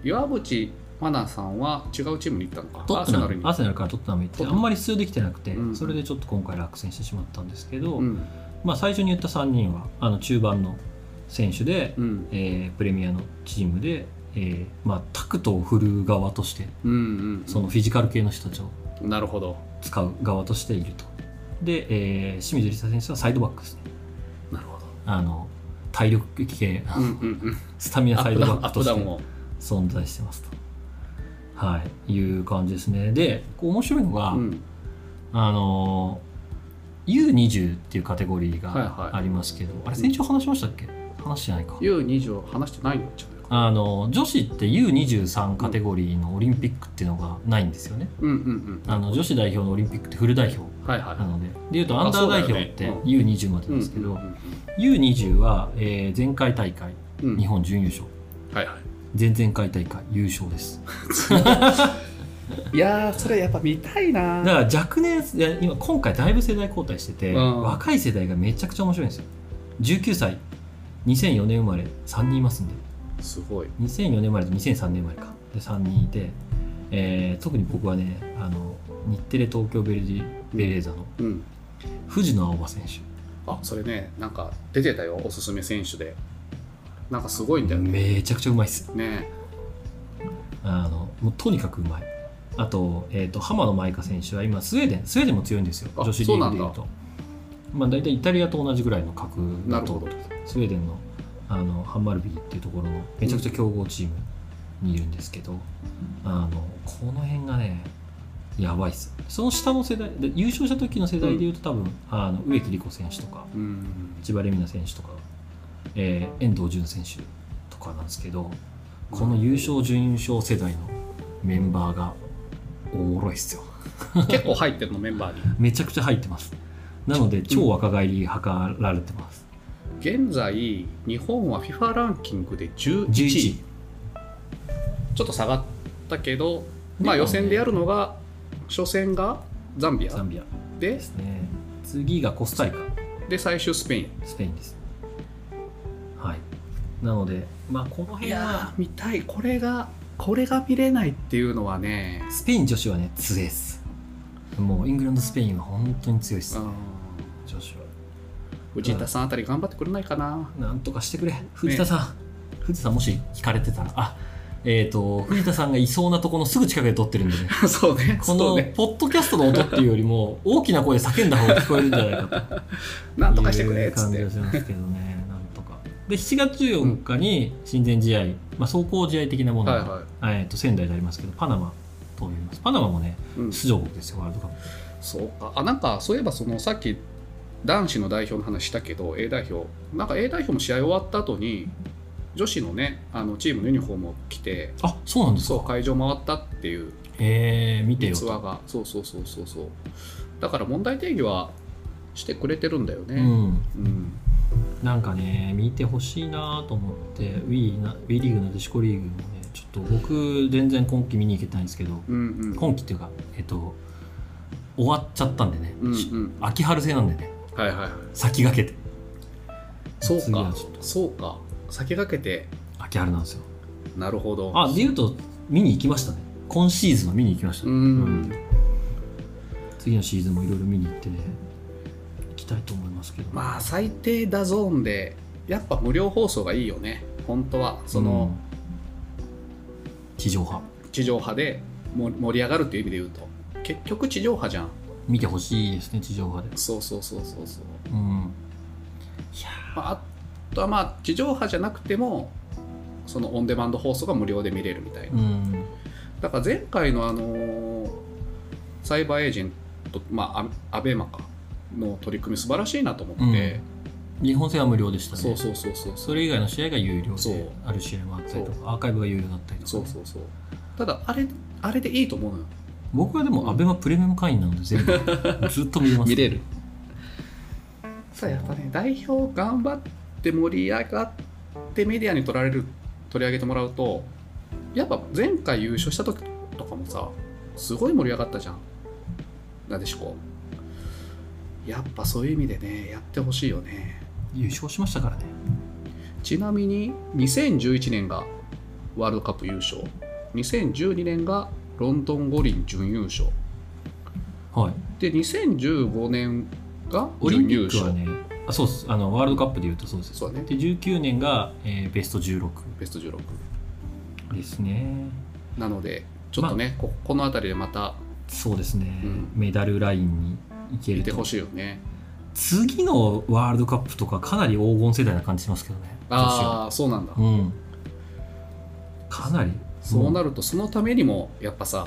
A: 岩渕真奈さんは違うチームに行ったのか
B: トッ
A: アー
B: ト
A: セ
B: ナ
A: ナルに
B: ムアーセナルからトットナム行ってあんまり出場できてなくて、
A: うん
B: それでちょっと今回落選してしまったんですけど、
A: うん
B: まあ、最初に言った3人はあの中盤の選手で、
A: うん
B: えープレミアのチームで、えーまあ、タクトを振る側として
A: うんうん
B: そのフィジカル系の人たちを
A: なるほど
B: 使う側としているとで、えー清水梨紗選手はサイドバックですね
A: なるほど
B: あの体力系
A: うんうん うん
B: スタミナ
A: ア
B: サイ
A: ッ
B: ド
A: プダ
B: バ
A: ウン
B: ッ
A: アッ
B: クと
A: プ
B: し
A: ダウ
B: て
A: ンを
B: 存在してますと、はい、いう感じですねでこう面白いのが、
A: うん
B: あのー U20 っていうカテゴリー
A: はいは
B: が
A: い
B: ありますけど、あれ先週話しましたっけ話してないか
A: U20 は話してないんじゃないか
B: あの女子って U23 カテゴリーのオリンピックっていうのがないんですよね、
A: うんうん
B: あの女子代表のオリンピックってフル代表
A: うんはいはい
B: なのででいうとア
A: あ
B: ンダー代
A: そうだ
B: 表
A: よね
B: って
A: うん
B: U20 までなんですけど、U20 は、えー前回大会
A: うん
B: 日本準優勝
A: はいは
B: 前々回大会優勝です
A: いいやーそれやっぱ見たいな
B: だ
A: ー
B: から若年いや今今回だいぶ世代交代してて、
A: うん
B: 若い世代がめちゃくちゃ面白いんですよ19歳2004年生まれ3人いますんです
A: ごい
B: 2004年生まれと2003年生まれかで3人いて、えー特に僕はねあの日テレ東京ベルディベレーザの
A: うん
B: 藤野青葉選手
A: あそれねなんか出てたよおすすめ選手でなんかすごいんだよね
B: めちゃくちゃうまいっす
A: ね
B: あのもうとにかくうまいあと,、えー、と浜野舞香選手は今スウェーデンスウェーデンも強いんですよ
A: あ
B: 女子リーグでいうとまあ大体イタリアと同じぐらいの格
A: な
B: だ
A: る
B: と
A: ほど
B: スウェーデンのあのハンマルビーっていうところのめちゃくちゃ強豪チームにいるんですけど、あのこの辺がねやばいっすその下の世代で優勝した時の世代でいうと多分、あの植木理子選手とか
A: うん
B: 千葉レミナ選手とか、えー遠藤純選手とかなんですけどこの優勝準優勝世代のメンバーがおもろいっすよ
A: 結構入ってるのメンバーに
B: めちゃくちゃ入ってますなので超若返り図られてます
A: 現在日本は FIFA ランキングで11
B: 11
A: 位ちょっと下がったけど、まあ、
B: でもね
A: 予選でやるのが初戦がザンビ
B: ザ
A: ア
B: ンビア
A: で
B: ですね次がコスタリカ
A: で最終スペイン
B: スペインですはいなのでまあこの辺は
A: 見たいこれがこれが見れないっていうのはね
B: スペイン女子はね強いですもうイングランドスペインは本当に強いです
A: うん
B: 女子は
A: 藤田さんあたり頑張ってくれないかな
B: なんとかしてくれ藤田さん、藤田さんもし聞かれてたらあえっ、と藤田さんがいそうなところのすぐ近くで撮ってるんで ね
A: そうね
B: こ
A: そう
B: の
A: ね
B: ポッドキャストの音っていうよりも大きな声で叫んだ方が聞こえるんじゃないかと
A: なんとかしてくれっつっ
B: いう感
A: て
B: じがしますけどね、なんとか。で、7月14日に親善試合、まあ、走行試合的なもの
A: はい
B: が、
A: は
B: えーと仙台でありますけど、パナマと呼びます。パナマもね、
A: い、うん、
B: 出場国ですよ、ワールドカップ。
A: そうかあなんかそういえばそのさっき男子の代表の話したけど A 代表なんか A 代表も試合終わった後に女子のねあのチームのユニフォームを着て
B: あそうなんです
A: そう
B: か。
A: 会場回ったっていう
B: えー、見てよ
A: ツアーがそうそうそうそうそうだから問題定義はしてくれてるんだよ
B: う
A: ね、
B: ん、
A: うん
B: だなんかね見てほしいなと思って Wii な Wii リーグのデシコリーグもねちょっと僕全然今季見に行けてないんですけど
A: うんうん
B: 今季っていうかえっと終わっちゃったんでね、
A: うん
B: し
A: うん
B: 秋春制なんでね
A: はいはいはい
B: 先駆けて
A: そう
B: 次は
A: か
B: ちょっと
A: そうか先駆けて
B: 秋春なんですよ
A: なるほど
B: あでいうと見に行きましたね今シーズンは見に行きました、
A: う
B: ね
A: ん
B: 次のシーズンもいろいろ見に行ってね行きたいと思いますけど
A: まあ最低だゾーンでやっぱ無料放送がいいよね本当はその、
B: うん地上波
A: 地上波でも盛り上がるっていう意味で言うと結局地上波じゃん
B: 見てほしいですね地上波で
A: そうそうそうそうそう、
B: うん
A: まあ、あとはまあ地上波じゃなくてもそのオンデマンド放送が無料で見れるみたいな
B: うん
A: だから前回のあのーサイバーエージェントまあアベマかの取り組み素晴らしいなと思って、
B: 日本戦は無料でしたね
A: そうそうそうそうそう
B: それ以外の試合が有料
A: そう
B: である試合もあったりと
A: そ
B: かアーカイブが有料だったりとか
A: そうそうそうただあれあれでいいと思うのよ
B: 僕はでもアベマプレミアム会員なので全 部ずっと見れます
A: 見れるさあやっぱね代表頑張って盛り上がってメディアに取られる取り上げてもらうとやっぱ前回優勝した時とかもさすごい盛り上がったじゃんなでしこやっぱそういう意味でねやってほしいよね
B: 優勝しましたからね
A: ちなみに2011年がワールドカップ優勝2012年がロンドン五輪準優勝
B: はい
A: で2015年が
B: オリ
A: 準
B: ンピ
A: 優
B: ック
A: 勝
B: はねあそうですあのワールドカップでいうとそうです
A: そうだね
B: で19年が、えーベスト16
A: ベスト16
B: ですね
A: なのでちょっとね、ここの辺りでまた
B: そうですね、
A: うん
B: メダルラインに行け
A: 見
B: る
A: て
B: と
A: ほしいよね
B: 次のワールドカップとかかなり黄金世代な感じしますけどね
A: ああそうなんだ、
B: 女子はうんかなり
A: そうな
B: る
A: るとそのためにもやっぱさ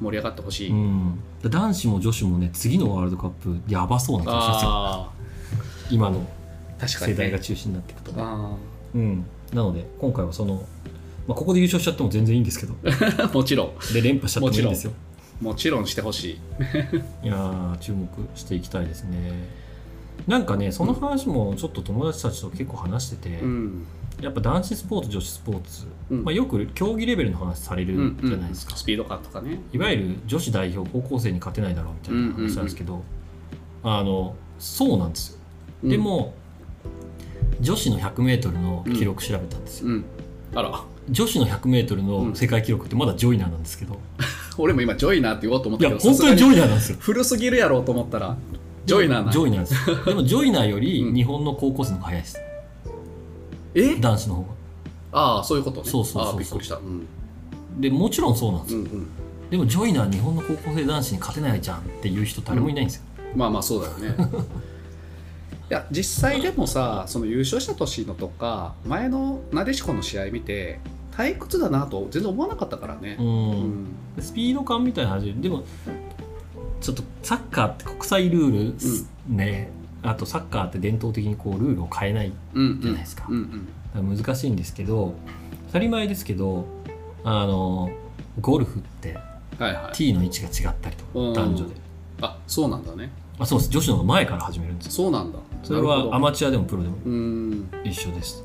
A: 盛り上がってほしい、
B: うん男子も女子もね次のワールドカップやばそうな気がしますよ
A: あ
B: 今の
A: あ確かに、
B: 世
A: ね、
B: 代が中心になっていくと、
A: あ
B: うん、なので今回はその、まあ、ここで優勝しちゃっても全然いいんですけど
A: あ もちろん
B: で連覇しちゃってもいいんですよ
A: もちろんしてほしい
B: いやー注目していきたいですねなんかねその話もちょっと友達たちと結構話してて、
A: うん、
B: やっぱ男子スポーツ女子スポーツ、
A: うん
B: まあ、よく競技レベルの話され
A: うん
B: る
A: うん
B: じゃないですか、
A: スピード感とかね
B: いわゆる女子代表高校生に勝てないだろうみたいな話なんですけど、あのそうなんですよ、で、も女子の 100m の記録調べたんですよ、
A: うんうん、あら
B: 女子の 100m の世界記録ってまだジョイナーなんですけど、
A: 俺も今ジョイナーって言おうと思っ
B: い
A: たけ
B: や
A: ど
B: 本当にジョイナーなんですよ
A: 古すぎるやろうと思ったらジョイナーな
B: ジョイナーで すよでもジョイナーより
A: うん
B: 日本の高校生の方が早いです
A: え
B: 男子の方が
A: ああそういうことね
B: そうそうそうそう
A: ああびっくりしたうん
B: でもちろんそうなんです
A: う
B: よ、
A: んうん
B: でもジョイナー日本の高校生男子に勝てないじゃんっていう人誰もいないんですよ、
A: まあまあそうだよ ねいや実際でもさその優勝した年のとか前のなでしこの試合見て退屈だなと全然思わなかったからねう
B: うん
A: ん
B: スピード感みたいな話でもちょっとサッカーって国際ルールす、ねあとサッカーって伝統的にこうルールを変えない
A: うんうん
B: じゃないですか
A: うんうん
B: だから難しいんですけど当たり前ですけどあのゴルフって
A: はいはい
B: T の位置が違ったりとか
A: うん
B: 男女で
A: あそうなんだね
B: あそうです女子の方が前から始めるんですよ
A: そうなんだ
B: それ
A: なるほ
B: は
A: ど
B: アマチュアでもプロでも
A: うん
B: 一緒です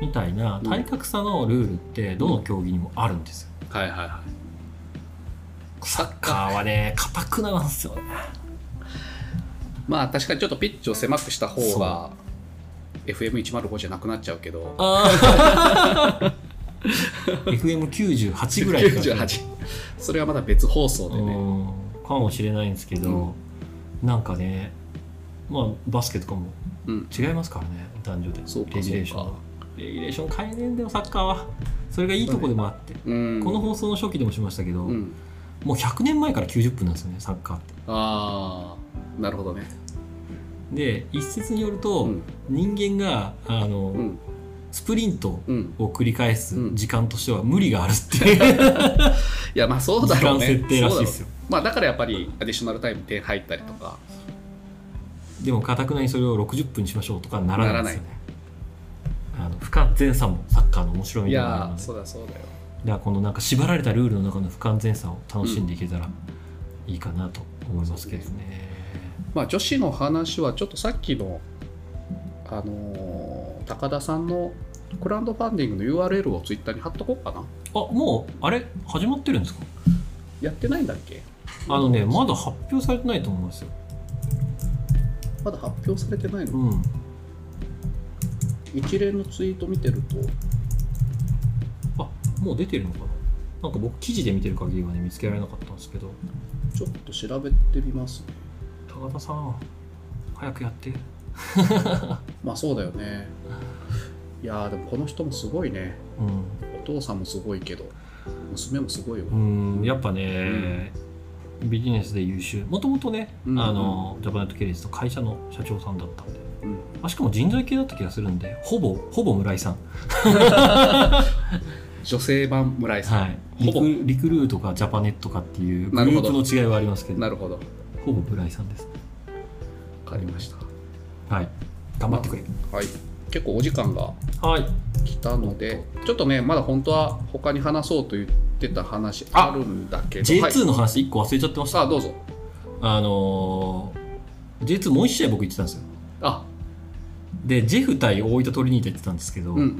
B: みたいな
A: うん
B: 体格差のルールってどの競技にもあるんですよ
A: はいはいはい
B: サッカーはね硬くなるんですよね
A: まあ確かにちょっとピッチを狭くした方が FM105 じゃなくなっちゃうけど
B: あ ー FM98 ぐらいから
A: 98それはまだ別放送でね
B: うんかもしれないんですけど、なんかねまあバスケとかも
A: うん
B: 違いますからね男女で
A: そうか
B: レギュレーション
A: そう
B: は
A: か
B: レギュレーション変えねえんだよサッカーはそれがいいとこでもあって、
A: うん
B: この放送の初期でもしましたけど、
A: うん
B: もう100年前から90分なんですよねサッカーって
A: ああなるほどね
B: で一説によると、
A: うん
B: 人間があの、
A: うん
B: スプリント
A: うん
B: を繰り返す
A: うん
B: 時間としては無理があるっていう、
A: いやまあそう
B: 時
A: だろう
B: 間
A: ね
B: 設定らし
A: そ
B: い
A: うだ
B: で
A: ろ
B: す
A: う
B: よ
A: まあだからやっぱりアディショナルタイム点入ったりとか
B: でもかたくなにそれを60分にしましょうとかならないですよねあの不完全さもサッカーの面白み
A: い
B: でもある
A: や
B: ので
A: そうだそうだよ
B: だからこのなんか縛られたルールの中の不完全さを楽しんでいけたらいいかなと思いますけどね、
A: まあ女子の話はちょっとさっきのあのー高田さんのクラウドファンディングの URL をツイッターに貼っとこうかな
B: あもうあれ始まってるんですか
A: やってないんだっけ
B: あのねまだ発表されてないと思いますよ
A: まだ発表されてないの、
B: うん
A: 一連のツイート見てると
B: あもう出てるのかななんか僕記事で見てる限りはね見つけられなかったんですけど
A: ちょっと調べてみますね
B: 高田さん早くやって
A: まあそうだよねいやーでもこの人もすごいね
B: うん
A: お父さんもすごいけど娘もすごいよ、
B: うんやっぱね、ビジネスで優秀もともとね、
A: うん
B: あのジャパネット系列の会社の社長さんだったんで
A: うん
B: あしかも人材系だった気がするんでほぼほぼ村井さん、
A: 女性版村井さん、
B: はい、
A: ほ
B: リ
A: ぼ
B: クリクルートかジャパネットかっていうグ
A: なる
B: ル
A: ほ
B: ー
A: ど
B: プの違いはありますけど
A: なるほど
B: ほぼ村井さんです
A: わかりました
B: はい頑張ってくれ
A: はい結構お時間が
B: はい
A: 来たのでちょっとねまだ本当は他に話そうと言ってた話あるんだけどはい
B: J2 の話1個忘れちゃってました
A: さあどうぞ
B: あのー、J2 もう1試合僕行ってたんですよ
A: あ
B: でジェフ対大分トリニータ行ってたんですけど、
A: うんうんうん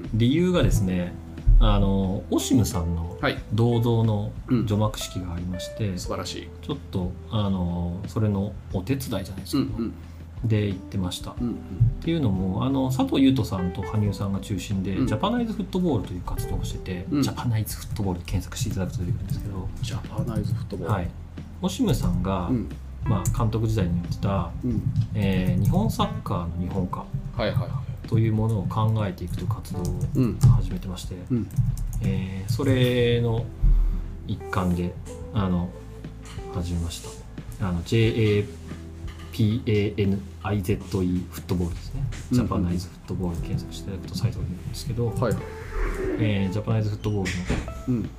A: うん
B: 理由がですねあのーオシムさんの
A: はい
B: 銅像の
A: うん
B: 除幕式がありまして、ち
A: 素晴らしい
B: ょっとあのーそれのお手伝いじゃないです
A: うん
B: か、
A: うん
B: で行ってましたっ
A: うん
B: ていうのもあの佐藤優斗さんと羽生さんが中心で、
A: うん
B: ジャパナイズフットボールという活動をしてて、
A: うん
B: ジャパナイズフットボールで検索していただくと出てくるんですけど、
A: ジャパナイズフットボール
B: はい、オシムさんが、
A: うん
B: まあ、監督時代にやってた、
A: うん
B: えー日本サッカーの日本化
A: はいはいは
B: というものを考えていくという活動を
A: いうん
B: 始めてまして、
A: うん
B: えーそれの一環であの始めましたあの JAPANIZE フットボールですね
A: うん
B: ジャパナイズフットボールで検索していただくとサイトが出てくるんですけど、
A: はいはい
B: えージャパナイズフットボール
A: う
B: の
A: ん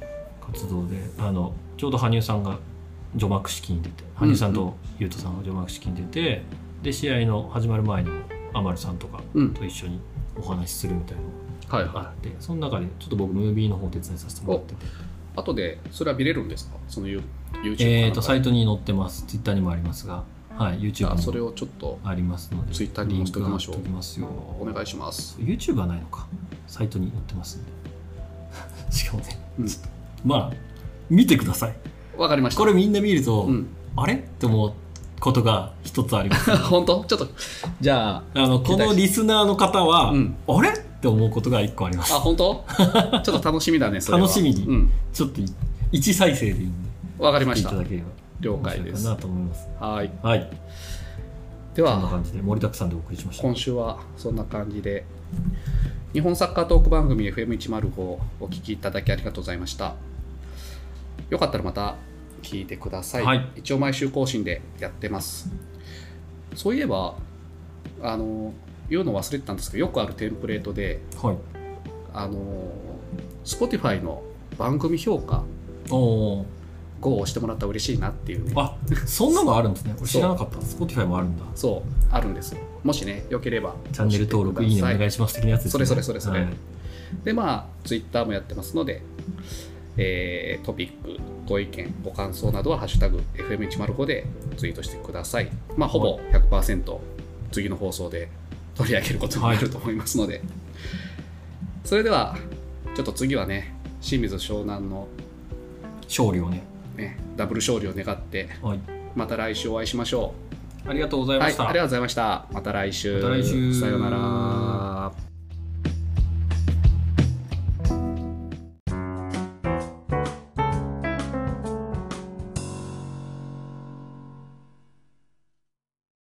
B: 活動であのちょうど羽生さんが除幕式に出て羽生さんと優斗さんが除幕式に出て、で試合の始まる前にもアマルさんとか
A: うん
B: と一緒にお話しするみたいなの
A: はい
B: があ
A: は
B: ってその中でちょっと僕ムービーの方を手伝いさせてもらってて
A: い後でそれは見れるんですかその You- YouTube か
B: え
A: な
B: ー、
A: んか
B: とサイトに載ってます、ツイッターにもありますが、はい、YouTube
A: あそ
B: に
A: れ
B: も
A: をちょっと
B: ありますので、
A: Twitter にも載せておきましょう
B: リンク貼っておきますよ
A: お願いします、
B: YouTube はないのか、サイトに載ってますんで。 しかもね、
A: うん
B: ちょっとまあ、見てください。
A: わかりました
B: これみんな見ると、
A: うん
B: あれって思うことが一つあ ります。あ
A: 本当ちょっとじゃあ
B: のこのリスナーの方は、
A: うん
B: あれって思うことが一個ありま
A: あ
B: す。
A: 本 当ちょっと楽しみだねそれは
B: 楽しみに
A: うん
B: ちょっと1再生でいいんで、
A: わかり
B: 見
A: ま
B: てい
A: したた
B: だければ
A: 了解
B: 面
A: で
B: 白い
A: す
B: かなと思います。
A: はい
B: はい、
A: で
B: こんな
A: は
B: 感じで盛りだくさんでお送りしました。
A: 今週はそんな感じで日本サッカートーク番組 FM105 をお聞きいただきありがとうございましたよかったらまた聞いてください、
B: はい
A: 一応毎週更新でやってますそういえばあの言うの忘れてたんですけどよくあるテンプレートで
B: はい
A: あの Spotify の番組評価
B: おおー
A: 5を押してもらったら嬉しいなっていうね
B: あそんなのあるんですね俺知らなかった Spotify もあるんだ
A: そうあるんですもしねよければ
B: チャンネル登録いいねお願いします的なやつです、ね、
A: それそれそれそれ
B: はい
A: でまあツイッターもやってますので、えートピックご意見ご感想などは「ハッシュタグ #FM105」でツイートしてくださいまあほぼ100%次の放送で取り上げることになると思いますので、それではちょっと次はね清水湘南の、
B: 勝利をね、
A: ね、ダブル勝利を願って
B: はい、
A: また来週お会いしましょう
B: ありがとうござい
A: はい、
B: ま
A: あ
B: し
A: り
B: た、
A: がとうございました。また来週。
B: また来週
A: さようなら。